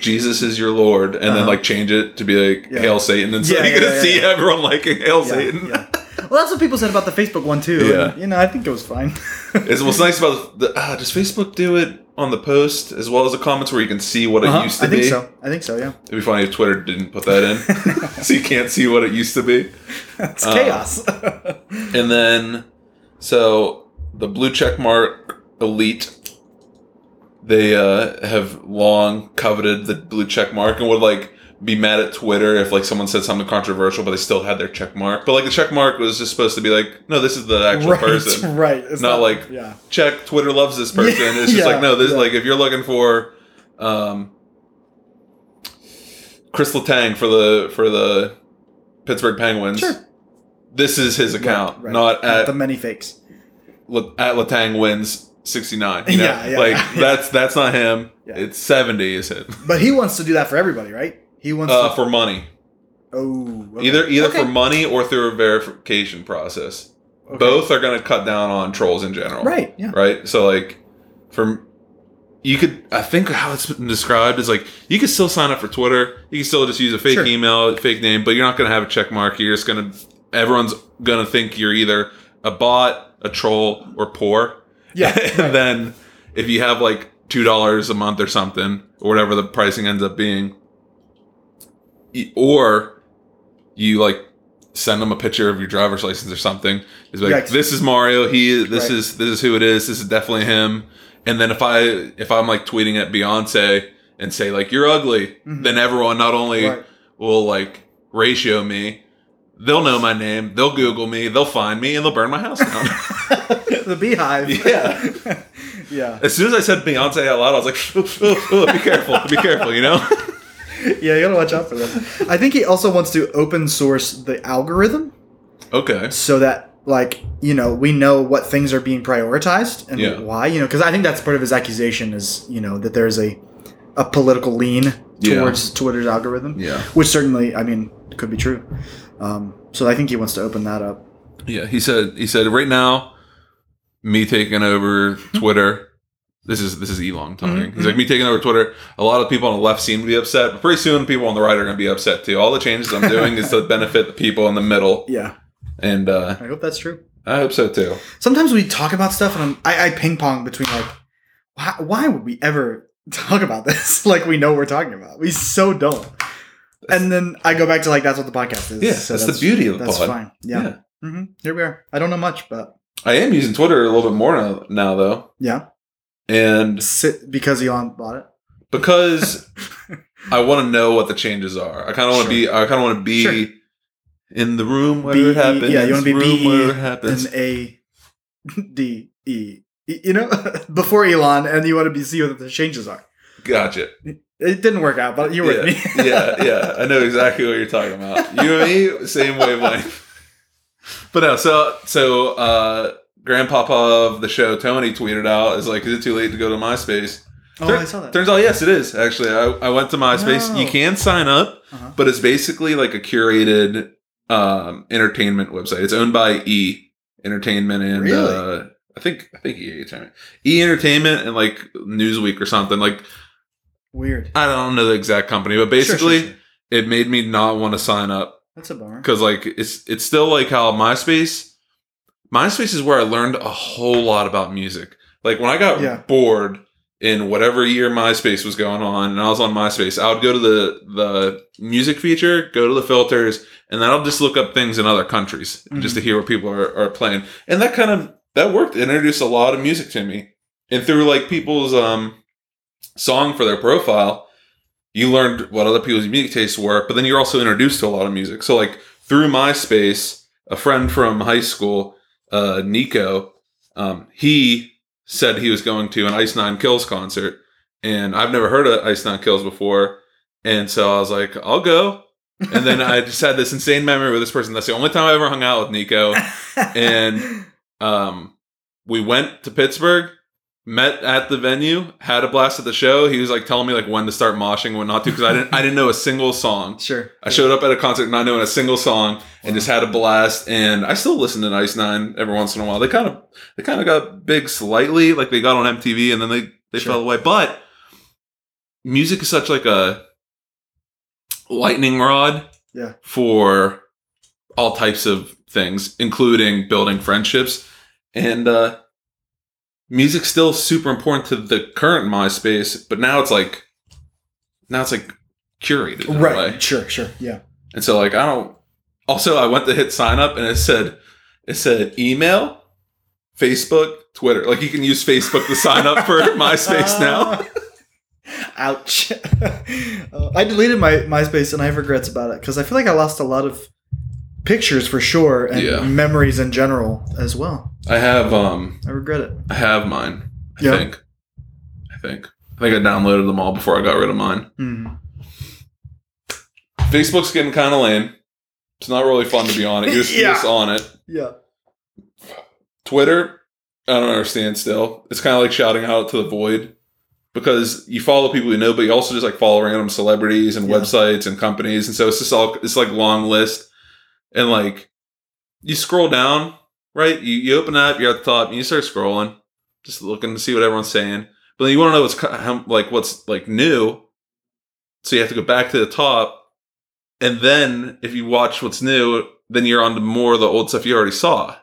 Jesus is your Lord, and then Uh-huh. like change it to be like Yeah. hail Satan, and so Yeah, you're yeah, gonna yeah, see yeah. everyone liking hail Satan. yeah. well that's what people said about the facebook one too Yeah. and, you know i think it was fine It's what's nice about the uh, does Facebook do it on the post as well as the comments where you can see what Uh-huh. it used to i think be. so i think so yeah It'd be funny if Twitter didn't put that in, so you can't see what it used to be. it's Uh, chaos And then, so the blue check mark elite, they uh, have long coveted the blue check mark and would like be mad at Twitter if like someone said something controversial, but they still had their check mark. But like the check mark was just supposed to be like, no, this is the actual right person. right it's Not like- yeah Check Twitter loves this person. Yeah, it's just yeah, like no, this yeah. like if you're looking for, um, Crystal Tang for the for the Pittsburgh Penguins. Sure. This is his account, Right, right. not at the many fakes. La- at Latang wins 69. You know? Yeah, yeah, like yeah. that's that's not him. Yeah. It's 70 is him. But he wants to do that for everybody, right? He wants Uh, to. for money. oh, okay. Either either Okay. for money or through a verification process. Okay. Both are going to cut down on trolls in general. Right. Yeah. Right? So like from you could I think how it's been described is like you could still sign up for Twitter. You can still just use a fake Sure. email, fake name, but you're not going to have a check mark. You're just going to everyone's going to think you're either a bot, a troll, or poor. Yeah. and then if you have like two dollars a month or something, or whatever the pricing ends up being, y- or you like send them a picture of your driver's license or something. It's like Yikes. this is Mario. He is- this Right. is this is who it is. This is definitely him. And then if I if I'm like tweeting at Beyonce and say like you're ugly, Mhm. then everyone not only Right. will like ratio me. They'll know my name. They'll Google me. They'll find me, and they'll burn my house down. the beehive. Yeah. yeah. As soon as I said Beyonce out loud, I was like, "Be careful, be careful," you know. Yeah. You gotta watch out for them. I think he also wants to open source the algorithm Okay. so that like you know we know what things are being prioritized and Yeah. why you know because i think that's part of his accusation is you know that there's a a political lean Yeah. towards twitter's algorithm Yeah. which certainly i mean could be true um, so i think he wants to open that up Yeah. He said. He said. Right now, me taking over Twitter. This is this is Elon talking. Mhm, He's like me taking over Twitter. A lot of people on the left seem to be upset, but pretty soon people on the right are going to be upset too. All the changes I'm doing is to benefit the people in the middle, yeah and uh, i hope that's true I hope so too. sometimes we talk about stuff and I'm, I, I ping pong between like why, why would we ever talk about this like we know what we're talking about we so don't and then i go back to like that's what the podcast is Yeah, that's the beauty of the that's pod. fine yeah, Yeah. hmm here we are i don't know much but I am using Twitter a little bit more now, now though, yeah and sit because elon bought it because I want to know what the changes are. I kind of want Sure. to be. I kind of want to be Sure. in the room where B E- it happens. yeah, you wanna be room B E where it happens. and a d e Y- you know before elon and you want to be see what the changes are gotcha. it didn't work out but you were yeah, with me yeah, yeah. I know exactly what you're talking about. You and me, same wavelength. But no, so so uh, Grandpapa of the show Tony tweeted out is like, "Is it too late to go to MySpace?" oh Tur- i saw that Turns out, yes, it is actually. I, I went to MySpace. No. You can sign up, Oh. Uh-huh. but it's basically like a curated um, entertainment website. It's owned by E Entertainment and Really? uh, I think I think E Entertainment, E Entertainment, and like Newsweek or something. Like weird I don't know the exact company, but Sure, sure, basically sure. it made me not want to sign up That's a bummer. because like it's it's still like how MySpace. MySpace is where I learned a whole lot about music. Like when I got Yeah. bored in whatever year MySpace was going on, and I was on MySpace, I would go to the the music feature, go to the filters, and then I'll just look up things in other countries just to hear what people are, are playing. And that kind of that worked. It introduced a lot of music to me, and through like people's um song for their profile, you learned what other people's music tastes were, but then you're also introduced to a lot of music. So, like through MySpace, a friend from high school, uh, Nico, um, he said he was going to an Ice Nine Kills concert, and I've never heard of Ice Nine Kills before, and so I was like, I'll go. And then I just had this insane memory with this person. That's the only time I ever hung out with Nico. and- Um, we went to Pittsburgh, met at the venue, had a blast at the show. He was like telling me like when to start moshing, when not to, because I didn't I didn't know a single song. sure. I showed up at a concert not knowing a single song and just had a blast. And I still listen to Nice Nine every once in a while. They kind of they kind of got big slightly, like they got on MTV and then they they Sure. fell away. But music is such like a lightning rod Yeah. for all types of things, including building friendships. And uh music's still super important to the current MySpace, but now it's like now it's like curated in a way. Right. Sure. Sure. Yeah. And so like I don't also I went to hit sign up and it said it said email, Facebook, Twitter. Like you can use Facebook to sign up for MySpace now. Uh, Ouch. Uh, I deleted my MySpace and I have regrets about it because I feel like I lost a lot of pictures for sure and Yeah. memories in general as well. I have um I regret it. I have mine. I Yeah. think. I think. I think I downloaded them all before I got rid of mine. Mm. Facebook's getting kinda lame. It's not really fun to be on it. You're just, you're Yeah. just on it. Yeah. Twitter, I don't understand still. It's kind of like shouting out to the void because you follow people you know, but you also just like follow random celebrities and Yeah. websites and companies. And so it's just all, it's like long list. And like you scroll down, right? You, you open up, you're at the top, and you start scrolling, just looking to see what everyone's saying. But then you want to know what's co- how, like what's like new. So you have to go back to the top. And then if you watch what's new, then you're on to more of the old stuff you already saw.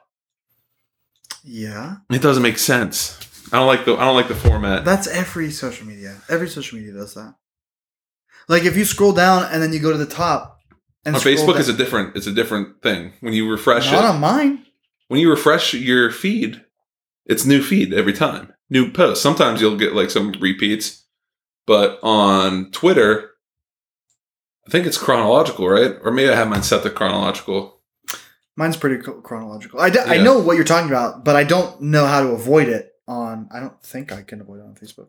Yeah. It doesn't make sense. I don't like the I don't like the format. That's every social media. Every social media does that. Like if you scroll down and then you go to the top and On scroll Facebook down- is a different it's a different thing. When you refresh not it, on mine. when you refresh your feed, it's new feed every time. New posts. Sometimes you'll get like some repeats, but on Twitter, I think it's chronological, right? Or maybe I have mine set to chronological. Mine's pretty co- chronological. I, d- I Yeah. know what you're talking about, but I don't know how to avoid it on. I don't think I can avoid it on Facebook.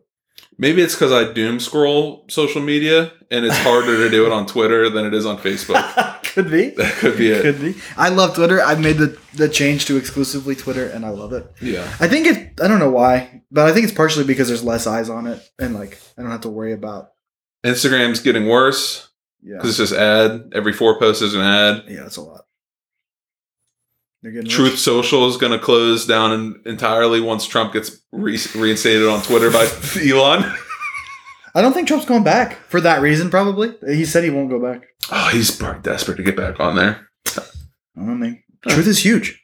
Maybe it's because I doom scroll social media and it's harder to do it on Twitter than it is on Facebook. could be. That could be it. Could be. I love Twitter. I've made the, the change to exclusively Twitter, and I love it. Yeah. I think it. I don't know why, but I think it's partially because there's less eyes on it, and like I don't have to worry about. Instagram's getting worse Yeah. because it's just ad. Every four posts is an ad. Yeah, that's a lot. They're getting rich. Truth Social is going to close down in, entirely once Trump gets re- reinstated on Twitter by Elon. I don't think Trump's going back for that reason. Probably he said he won't go back. Oh, he's probably desperate to get back on there. I don't know, man. Huh. Truth is huge.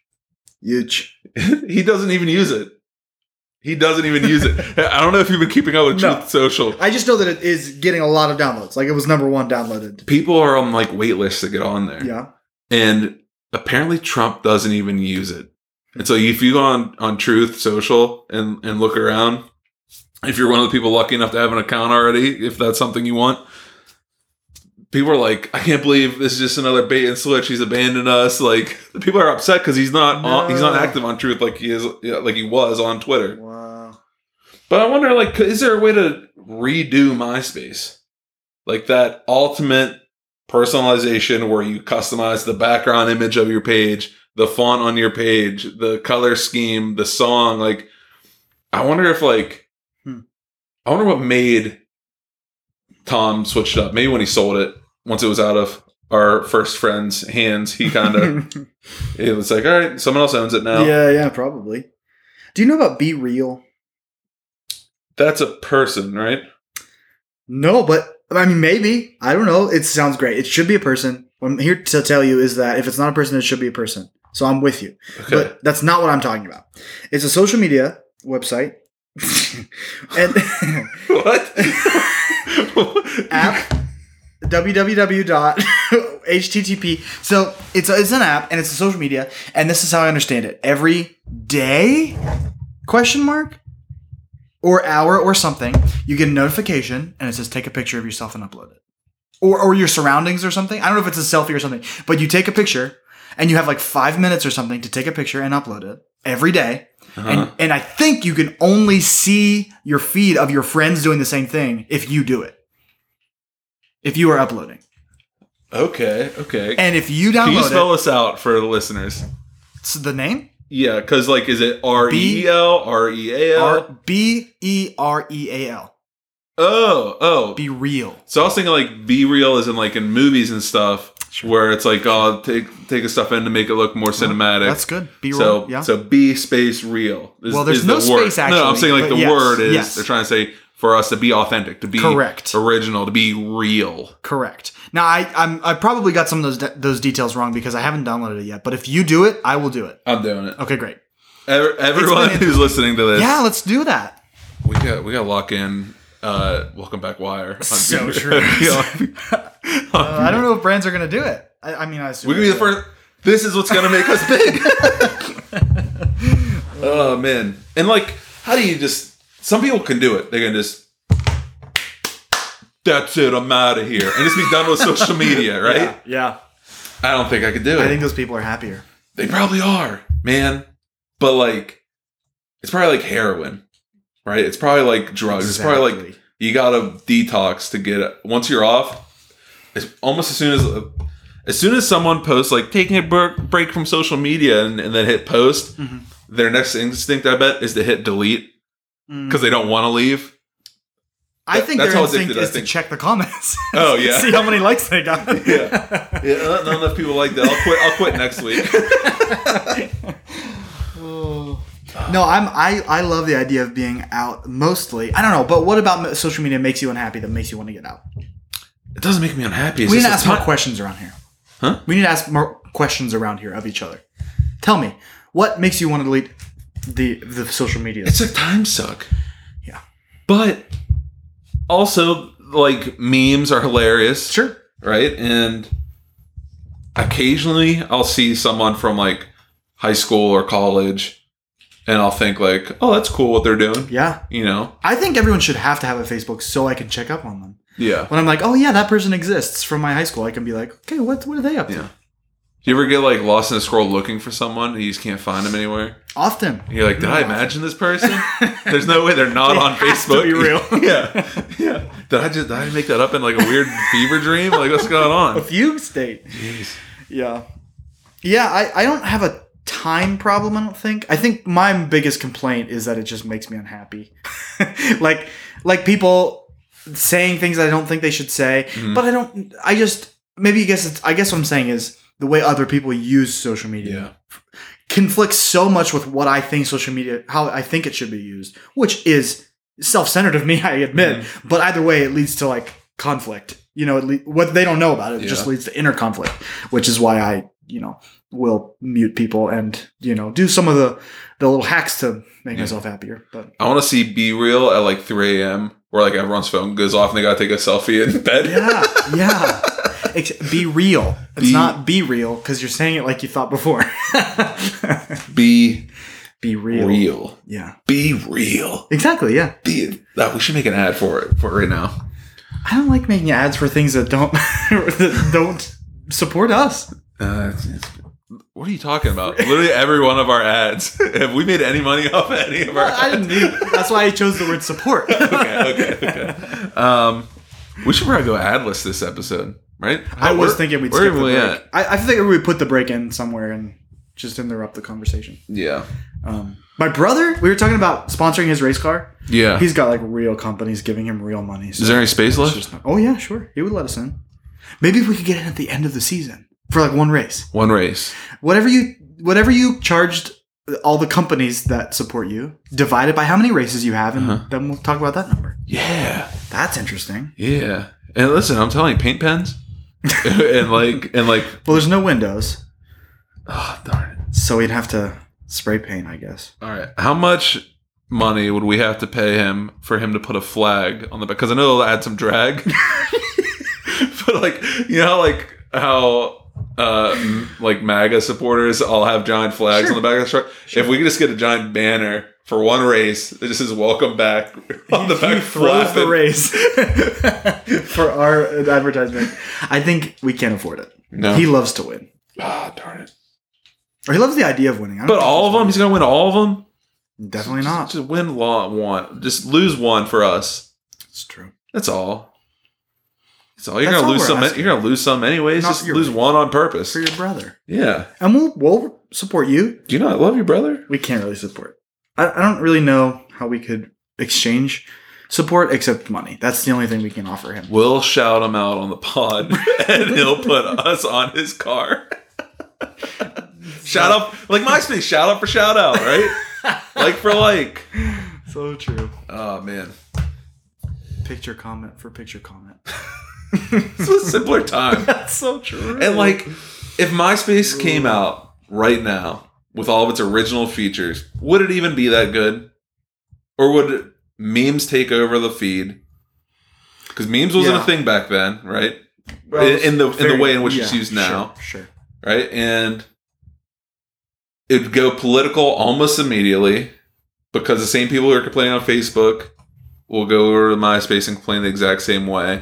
Huge. he doesn't even use it. He doesn't even use it. I don't know if you've been keeping up with No. Truth Social. I just know that it is getting a lot of downloads. Like it was number one downloaded. People are on like wait lists to get on there, Yeah. and apparently Trump doesn't even use it. And so if you go on on Truth Social and and look around, if you're one of the people lucky enough to have an account already, if that's something you want, people are like, I can't believe this is just another bait and switch. He's abandoned us. Like the people are upset because he's not on, he's not No. active on Truth like he is yeah, like he was on Twitter. Wow. But I wonder, like, is there a way to redo MySpace, like that ultimate personalization where you customize the background image of your page, the font on your page, the color scheme, the song? Like, I wonder if like, Hmm. I wonder what made Tom switch it up. Maybe when he sold it, once it was out of our first friend's hands, he kind of it was like, all right, someone else owns it now. Yeah, yeah, probably. Do you know about Be Real? That's a person, right? No, but I mean, maybe. I don't know. It sounds great. It should be a person. What I'm here to tell you is that if it's not a person, it should be a person. So I'm with you. Okay. But that's not what I'm talking about. It's a social media website and what? app www.http. So it's, a, it's an app and it's a social media. And this is how I understand it every day? Question mark? Or hour or something. You get a notification and it says take a picture of yourself and upload it. Or, or your surroundings or something. I don't know if it's a selfie or something, but you take a picture and you have like five minutes or something to take a picture and upload it every day. And, Uh-huh. and I think you can only see your feed of your friends doing the same thing if you do it. If you are uploading. Okay. Okay. And if you Can you download spell us out for the listeners? it, it's the name Yeah, because like, is it R E L R E A L? R B E R E A L. Oh, oh. Be real. So I was thinking like be real as in like in movies and stuff, Sure. where it's like oh take take a stuff in to make it look more cinematic. That's good. Be real. so yeah. so be space real. Is, Well, there's is no the word. space No, I'm actually, saying like but the yes, word is yes. they're trying to say for us to be authentic, to be Correct. original, to be real. Correct. Now I I'm, I probably got some of those de- those details wrong because I haven't downloaded it yet. But if you do it, I will do it. I'm doing it. Okay, great. Ev- everyone been- who's listening to this, Yeah, let's do that. we got we got to lock in. Uh, welcome back, Wire. on- So true. Uh, I don't know if brands are gonna do it. I, I mean, I assume We're gonna Hmm. be the they will. first. This is what's gonna make us big. oh man! And like, how do you just? Some people can do it. They can just. That's it. I'm out of here, and just be done with social media, right? Yeah, yeah. I don't think I could do it. I think those people are happier. they probably are, man. But like, it's probably like heroin, right? It's probably like drugs. It's probably like Exactly. you gotta detox to get it. Once you're off, it's almost as soon as as soon as someone posts like taking a bur- break from social media and, and then hit post, Mhm. their next instinct I bet is to hit delete Mm. because they don't want to leave. I think that's their how instinct addicted I is to think- check the comments. Oh, yeah. see how many likes they got. Yeah. Yeah, not not enough people like that. I'll quit. I'll quit next week. Oh. No, I'm I, I love the idea of being out mostly. I don't know, but what about mo- social media makes you unhappy that makes you want to get out? It doesn't make me unhappy. It's we need just to a ask more ti- questions around here. Huh? We need to ask more questions around here of each other. Tell me, what makes you want to delete the the social media? It's a time suck. Yeah. But also, like memes are hilarious. sure. right? And occasionally I'll see someone from like high school or college and I'll think like, "Oh, that's cool what they're doing." Yeah. You know? I think everyone should have to have a Facebook so I can check up on them. Yeah. When I'm like, oh yeah, that person exists from my high school, I can be like, okay, what what are they up to? Yeah. Do you ever get like lost in a scroll looking for someone and you just can't find them anywhere? Often. And you're like, "Did I imagine this person?" There's no way they're not They on have to Facebook. be real. yeah. Yeah. Did I just did I make that up in like a weird fever dream? Like what's going A on? fugue state. Jeez. Yeah. Yeah, I, I don't have a time problem, I don't think. I think my biggest complaint is that it just makes me unhappy. like like people saying things that I don't think they should say, Mhm. but I don't I just maybe I guess it's I guess what I'm saying is the way other people use social media Yeah. conflicts so much with what I think social media how I think it should be used, which is self-centered of me, I admit, Mm-hmm. but either way it leads to like conflict. You know, it le- what they don't know about it, it just Yeah. leads to inner conflict, which is why I, you know, will mute people and, you know, do some of the the little hacks to make Yeah. myself happier. But I want to see B Real at like 3 a.m. where like everyone's phone goes off and they gotta take a selfie in bed. yeah, yeah. Ex- Be real. It's Be- not be real because you're saying it like you thought before. Be be real. real. Yeah. Be real. Exactly. Yeah. Be that we should make an ad for it for right now. I don't like making ads for things that don't that don't support us. Uh, it's- it's- what are you talking about? Literally every one of our ads. Have we made any money off any of our I ads? didn't need. That's why I chose the word support. okay, okay, okay. Um, we should probably go adless this episode, right? I was Where- thinking we'd where skip are the we break. at? I, I think we put the break in somewhere and just interrupt the conversation. Yeah, Um, my brother, we were talking about sponsoring his race car. yeah. He's got like real companies giving him real money. So Is there any space left? it's not- oh yeah, sure. He would let us in. Maybe we could get in at the end of the season for like one race. One race. Whatever you whatever you charged all the companies that support you, divide it by how many races you have, and Uh-huh. then we'll talk about that number. Yeah, That's interesting. yeah. And listen, I'm telling you, paint pens, and like and like, Well, there's no windows, oh darn it. so we'd have to spray paint, I guess. All right. How much money would we have to pay him for him to put a flag on the back? Because I know it'll add some drag. but like, you know, how, like how uh m- like MAGA supporters all have giant flags Sure. on the back of the truck. If we could just get a giant banner for one race that just says "Welcome back" on the back, he throws the flapping. race for our advertisement. I think we can't afford it. No. He loves to win, Ah, darn it. or he loves the idea of winning. I don't But think all of them, he's gonna win all of them. definitely not. Just win law one. Just lose one for us. It's true. That's all. That's all. You're That's all gonna lose we're some. asking. You're gonna lose some anyways. Not- Just you're lose right. one on purpose. For your brother, Yeah. and we'll we'll support you. Do you not love your brother? We can't really support. I, I don't really know how we could exchange support except money. That's the only thing we can offer him. We'll shout him out on the pod, and he'll put us on his car. shout out, like MySpace, shout out for shout out, right? like for like. So true. Oh man, Picture comment for picture comment. this was a simpler time. That's so true. And like, if MySpace came out right now with all of its original features, would it even be that good? Or would memes take over the feed? Because memes wasn't Yeah. a thing back then, right? Well, in- in the- in the very- way in which it's used now. Sure. sure. Right? And it'd go political almost immediately because the same people who are complaining on Facebook will go over to MySpace and complain the exact same way.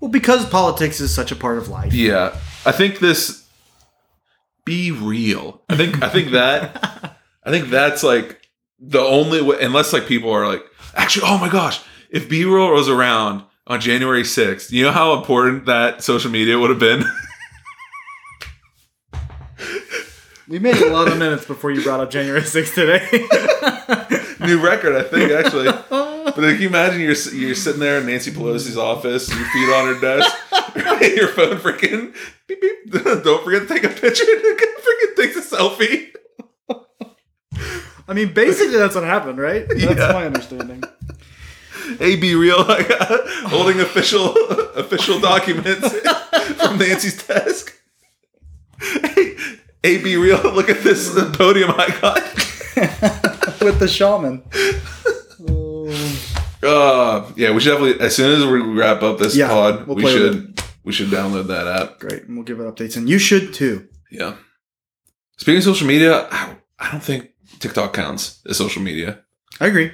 Well, because politics is such a part of life. Yeah, I think this. Be real. I think I think that I think that's like the only way, unless like people are like, actually, oh my gosh, if B roll was around on January sixth, you know how important that social media would have been. We made a lot of minutes before you brought up January 6th today. New record, I think, actually. But like, can you imagine you're s- you're sitting there in Nancy Pelosi's office, your feet on her desk, your phone freaking beep beep. Don't forget to take a picture. freaking takes a selfie. I mean, basically, that's what happened, right? That's Yeah. my understanding. AB real like, holding official official documents from Nancy's desk. AB real, look at this podium icon. With the shaman. Oh, Uh, yeah, we should definitely as soon as we wrap up this Yeah, pod, we'll we play with should we should download that app. Great. And we'll give it updates. And you should too. Yeah. Speaking of social media, I, I don't think TikTok counts as social media. I agree.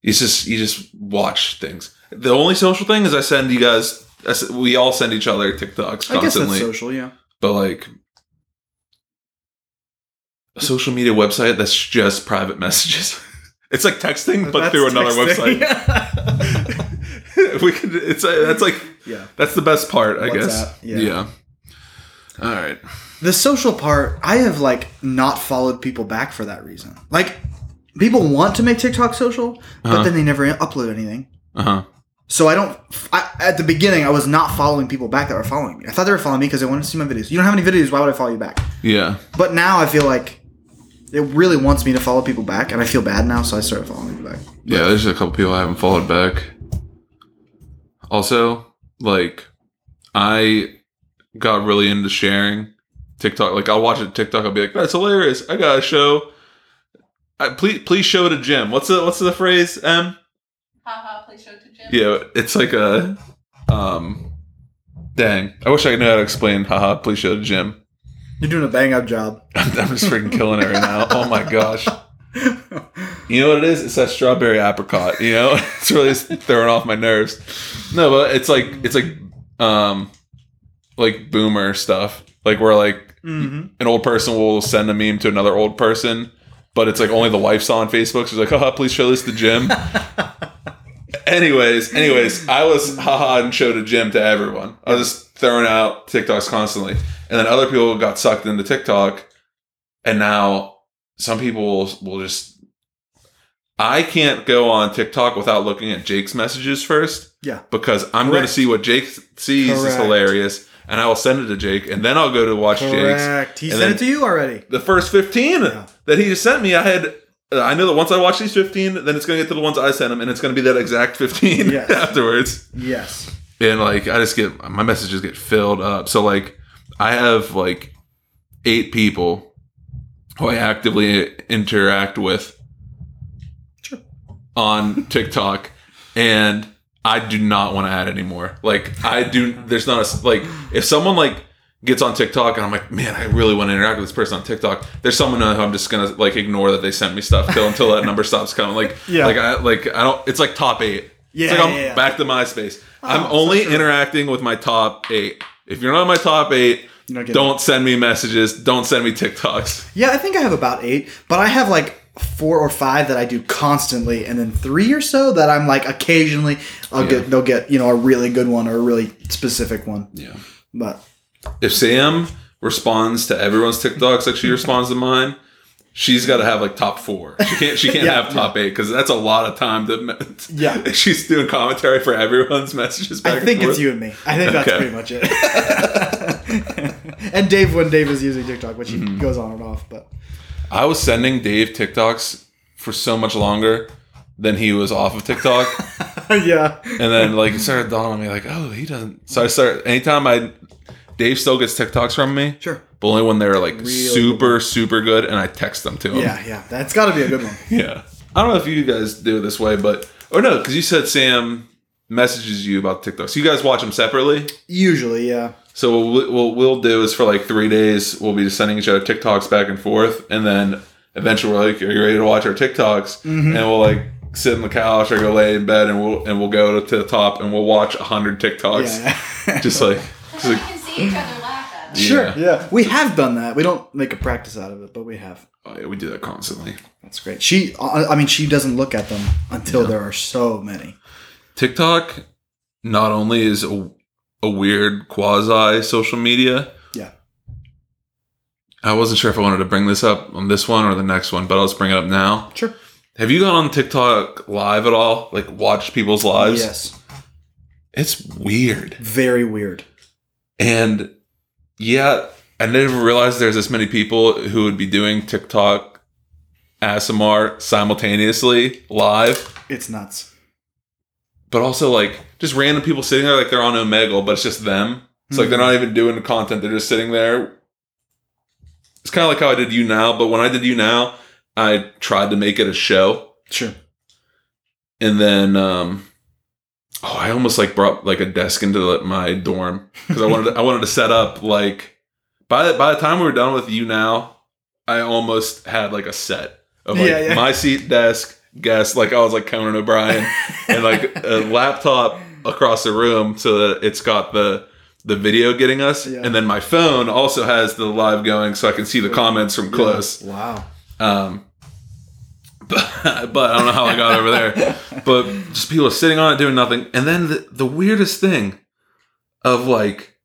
You just you just watch things. The only social thing is I send you guys. I s- we all send each other TikToks constantly. I guess that's social, yeah. but like a social media website that's just private messages. It's like texting, but That's through another texting. website. we could. It's a, that's like yeah. that's the best part, I WhatsApp, guess. yeah. All right. The social part, I have like not followed people back for that reason. Like, people want to make TikTok social, but Uh-huh. then they never upload anything. Uh huh. So I don't. I, at the beginning, I was not following people back that were following me. I thought they were following me because they wanted to see my videos. You don't have any videos. Why would I follow you back? Yeah. But now I feel like it really wants me to follow people back, and I feel bad now, so I started following people back. Yeah. There's a couple people I haven't followed back. Also, like, I got really into sharing TikTok. Like, I'll watch a TikTok. I'll be like, "That's hilarious! I gotta show." I, please, please show to Jim. What's the what's the phrase? M. Haha, please show it to Jim. Yeah, it's like a, um, dang. I wish I knew how to explain. Haha! Please show to Jim. You're doing a bang up job. I'm just freaking killing it right now. Oh my gosh. You know what it is? It's that strawberry apricot. You know, it's really throwing off my nerves. No, but it's like it's like um, like boomer stuff. Like where like hmm an old person will send a meme to another old person, but it's like only the wife's on Facebook. So she's like, haha, please show this to Jim. anyways, anyways, I was haha and showed a Jim to everyone. I was just throwing out TikToks constantly. And then other people got sucked into TikTok. And now some people will just. I can't go on TikTok without looking at Jake's messages first. Yeah. Because I'm going to Correct. see what Jake sees is Correct. hilarious. And I will send it to Jake. And then I'll go to watch Jake's Correct. He And sent then- it to you already. the first 15 Yeah. that he just sent me i had uh, i know that once i watch these 15 then it's going to get to the ones i sent him and it's going to be that exact 15 Yes. afterwards Yes. and like I just get my messages get filled up. So like I have like eight people who I actively interact with Sure. on TikTok, and I do not want to add anymore. Like I do, there's not a s- like if someone like gets on TikTok and I'm like, man, I really want to interact with this person on TikTok. There's someone who I'm just gonna like ignore that they sent me stuff till until that number stops coming. Like Yeah. like I like I don't. It's like top eight. Yeah, it's like I'm yeah, yeah. back to MySpace. I'm Oh, so only true. interacting with my top eight. If you're not in my top eight, You don't get don't send me messages. Don't send me TikToks. Yeah, I think I have about eight, but I have like four or five that I do constantly, and then three or so that I'm like occasionally I'll Yeah. get they'll get you know a really good one or a really specific one. Yeah. But If Sam responds to everyone's TikToks like she responds to mine, she's got to have like top four. She can't. She can't Yeah, have top eight because that's a lot of time to. me- Yeah. she's doing commentary for everyone's messages. Back I and think it's forth. you and me. I think that's Okay. pretty much it. and Dave when Dave is using TikTok, which Mm-hmm. he goes on and off, but I was sending Dave TikToks for so much longer than he was off of TikTok. yeah, And then like it started dawning on me like, oh, he doesn't. So I start anytime I Dave still gets TikToks from me, sure, but only when they're like Really super super good, and I text them to him. yeah, yeah. That's got to be a good one. yeah. I don't know if you guys do it this way, but or no, because you said Sam messages you about TikToks. So you guys watch them separately. Usually, yeah. So what we- what we'll do is for like three days, we'll be just sending each other TikToks back and forth, and then eventually we're like, "Are you ready to watch our TikToks?" Mm-hmm. And we'll like sit on the couch or go lay in bed, and we'll and we'll go to the top and we'll watch hundred TikToks. Yeah. just like, Because just we like can see each other laugh at it. sure, yeah. yeah. We have done that. We don't make a practice out of it, but we have. oh, yeah, we do that constantly. That's great. She, I I mean, she doesn't look at them until there are so many. TikTok not only is a, a weird quasi social media. Yeah. I wasn't sure if I wanted to bring this up on this one or the next one, but I'll just bring it up now. Sure. Have you gone on TikTok live at all? Like watched people's lives? Yes. It's weird. Very weird. And yeah, I never realized there's this many people who would be doing TikTok ASMR simultaneously live. It's nuts. but also like just random people sitting there like they're on Omegle, but it's just them. It's like they're not even doing the content; they're just sitting there. It's kind of like how I did you now, but when I did you now, I tried to make it a show, Sure. and then um, oh, I almost like brought like a desk into the, my dorm because I wanted to, I wanted to set up like by the, by the time we were done with you now, I almost had like a set of like Yeah, yeah. my seat desk guest like I was like Conan O'Brien and like a laptop across the room so that it's got the the video getting us Yeah. and then my phone also has the live going so I can see the comments from close Wow. um but, but I don't know how I got over there but just people sitting on it doing nothing and then the, the weirdest thing of like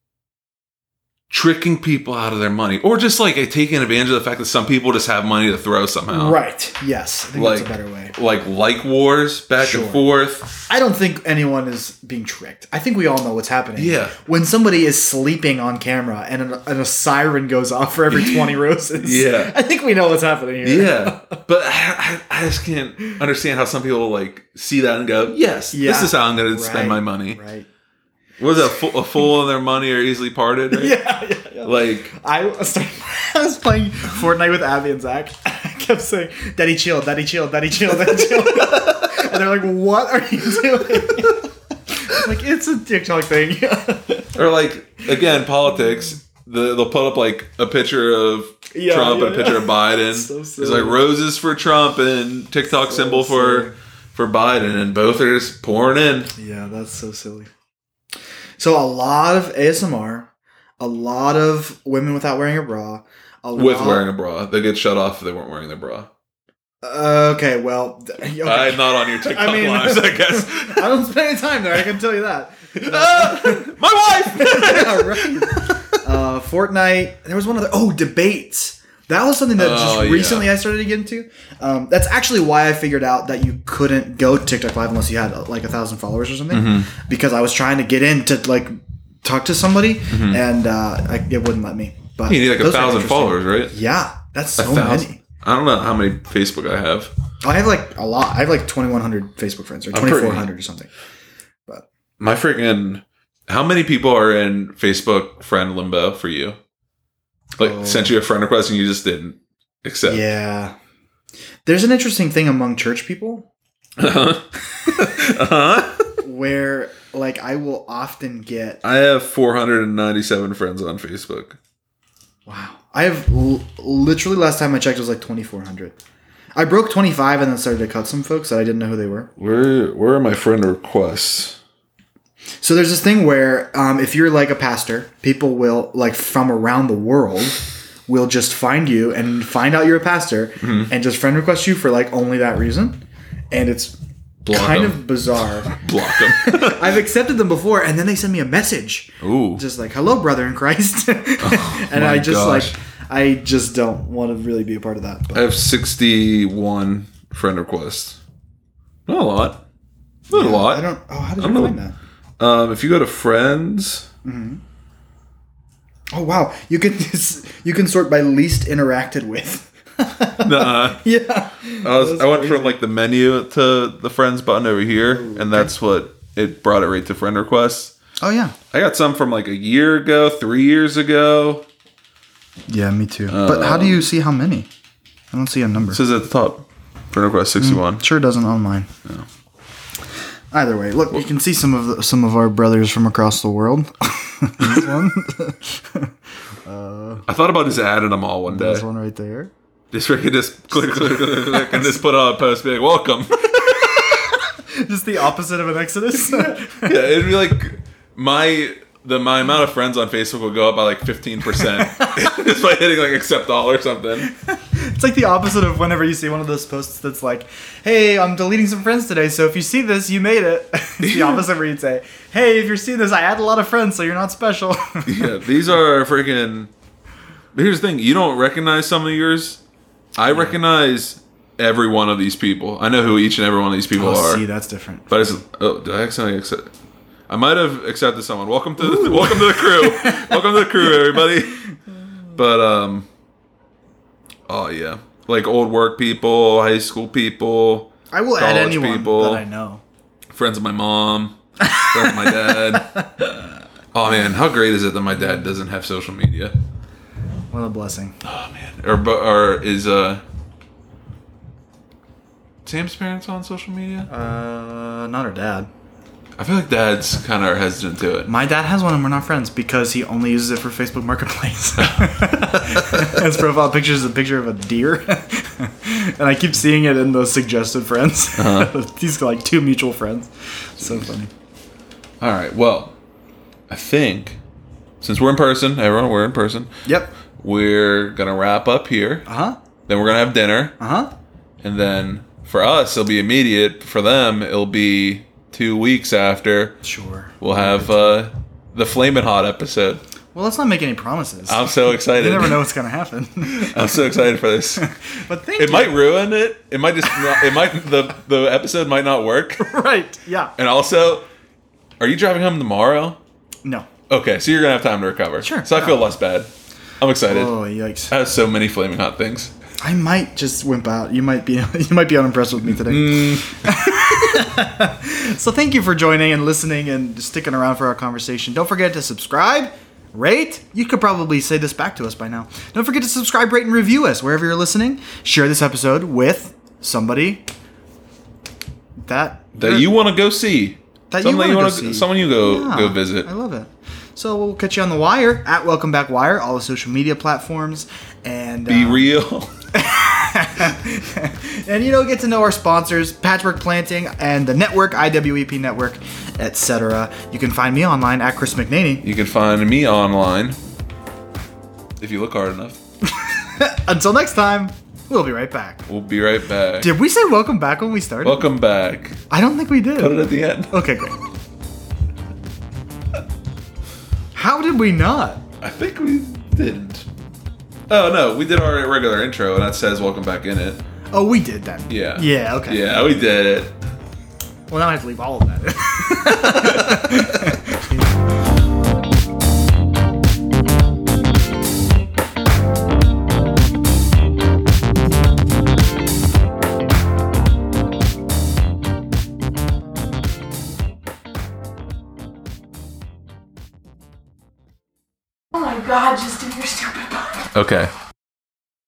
tricking people out of their money or just like taking advantage of the fact that some people just have money to throw somehow Right. Yes. I think Like- that's a better way. like like wars back Sure. and forth I don't think anyone is being tricked. I think we all know what's happening. Yeah. When somebody is sleeping on camera and, an, and a siren goes off for every 20 roses. Yeah. I think we know what's happening here. yeah but I, I, I just can't understand how some people like see that and go yes Yeah. this is how i'm gonna Right. spend my money Right. was it a, fool- a fool and their money are easily parted right? Yeah. Yeah. yeah. like I was, I was playing Fortnite with Abby and Zach. I kept saying, Daddy chill, Daddy chill, Daddy chill, Daddy chill. and they're like, What are you doing? I'm like, it's a TikTok thing. or like again politics the, they'll put up like a picture of Yeah, trump and a yeah, picture of yeah. biden It's so it's silly. like roses for trump and tiktok So symbol silly. for for biden and both are just pouring in yeah, that's so silly. So, a lot of ASMR, a lot of women without wearing a bra. A with lot, wearing a bra they get shut off if they weren't wearing their bra Okay, well. th- okay. i'm not on your tiktok mean- lives i guess I don't spend any time there, I can tell you that. Ah, my wife yeah, right. Uh, Fortnite. There was one other. Oh, debates. That was something that Oh, just yeah. recently I started to get into. Um, that's actually why I figured out that you couldn't go TikTok live unless you had uh, like a thousand followers or something, Mm-hmm. because I was trying to get in to like talk to somebody, and uh, I, it wouldn't let me. But Mm-hmm. you need like a those are thousand interesting. followers right Yeah, that's so thousand. many. Oh, I don't know how many Facebook I have. I have like a lot. I have like twenty one hundred Facebook friends or I'm pretty- twenty four hundred or something. My freaking How many people are in Facebook friend limbo for you? Like Oh. sent you a friend request and you just didn't accept. Yeah. There's an interesting thing among church people Uh-huh. uh-huh. where like I will often get I have 497 friends on Facebook. wow. I have l- literally last time I checked it was like 2400. I broke 25 and then started to cut some folks that I didn't know who they were. Where where are my friend requests? So there's this thing where um, if you're like a pastor, people will like from around the world will just find you and find out you're a pastor and just friend request you for like only that reason. And it's Block kind them. of bizarre. Block them. I've accepted them before and then they send me a message Ooh. just like hello brother in Christ. and my I just gosh. like I just don't want to really be a part of that. I But have 61 friend requests. Not a lot. Not a lot. I don't Oh, how did I'm you a- find that? Um, if you go to friends, Oh wow, you can you can sort by least interacted with. nah, yeah. I, was, That's I went crazy. from like the menu to the friends button over here, and that's what it brought it right to friend requests. Oh yeah. I got some from like a year ago, three years ago. Yeah, me too. but how do you see how many? I don't see a number. It says at the top, friend request 61. sure doesn't on mine. Oh. Either way, look, you can see some of the, some of our brothers from across the world. this one, I thought about just adding them all one day. this one right there. This we could just click, click, click, click, and just put on a post, be like, welcome. Just the opposite of an Exodus. yeah, it'd be like my the my amount of friends on Facebook will go up by like fifteen percent just by hitting like accept all or something. It's like the opposite of whenever you see one of those posts that's like, "Hey, I'm deleting some friends today, so if you see this, you made it." it's the opposite where you'd say, "Hey, if you're seeing this, I had a lot of friends, so you're not special." Yeah, these are freaking. but Here's the thing: you don't recognize some of yours. I recognize every one of these people. I know who each and every one of these people are. Oh, see, that's different. But it's oh, did I accidentally accept? I might have accepted someone. Welcome to the, welcome to the crew. welcome to the crew, everybody. But um, oh yeah, like old work people, high school people, I will add College anyone people. that I know. friends of my mom, friends of my dad. Oh man, how great is it that my dad doesn't have social media, What a blessing. or bu- or is uh. Sam's parents on social media? Uh, not her dad. I feel like dad's kind of hesitant to it. My dad has one, and we're not friends because he only uses it for Facebook Marketplace. His profile picture is a picture of a deer, and I keep seeing it in the suggested friends. Uh-huh. He's got like two mutual friends. So funny. All right. Well, I think since we're in person, everyone, we're in person. Yep. We're gonna wrap up here. Uh huh. Then we're gonna have dinner, Uh huh. and then for us, it'll be immediate. For them, it'll be two weeks after. Sure. We'll have uh, the flaming hot episode. Well, let's not make any promises. I'm so excited. you never know what's gonna happen. I'm so excited for this. but thank It you. might ruin it. It might just. Not, it might the the episode might not work. Right. Yeah. And also, are you driving home tomorrow? No. Okay, so you're gonna have time to recover. Sure, So I feel yeah. less bad. I'm excited. Oh yikes! I have so many flaming hot things. I might just wimp out. You might be you might be unimpressed with me today. Mm. so thank you for joining and listening and sticking around for our conversation. Don't forget to subscribe, rate. You could probably say this back to us by now. Don't forget to subscribe, rate, and review us wherever you're listening. Share this episode with somebody that That you want to go see. That you Someone wanna go wanna- see. Someone you go Yeah, go visit. Ah, I love it. So we'll catch you on the wire at Welcome Back Wire, all the social media platforms, and Be uh, real. and you know get to know our sponsors patchwork planting and the network iwep network etc you can find me online at chris mcnaney you can find me online if you look hard enough. until next time we'll be right back We'll be right back. did we say welcome back when we started Welcome back. i don't think we did Put it at the end. okay great how did we not I think we didn't. Oh no, we did our regular intro, and that says "Welcome back" in it. oh we did then Yeah. yeah okay Yeah, we did it. well now i have to leave all of that God, just do your stupid podcast. Okay.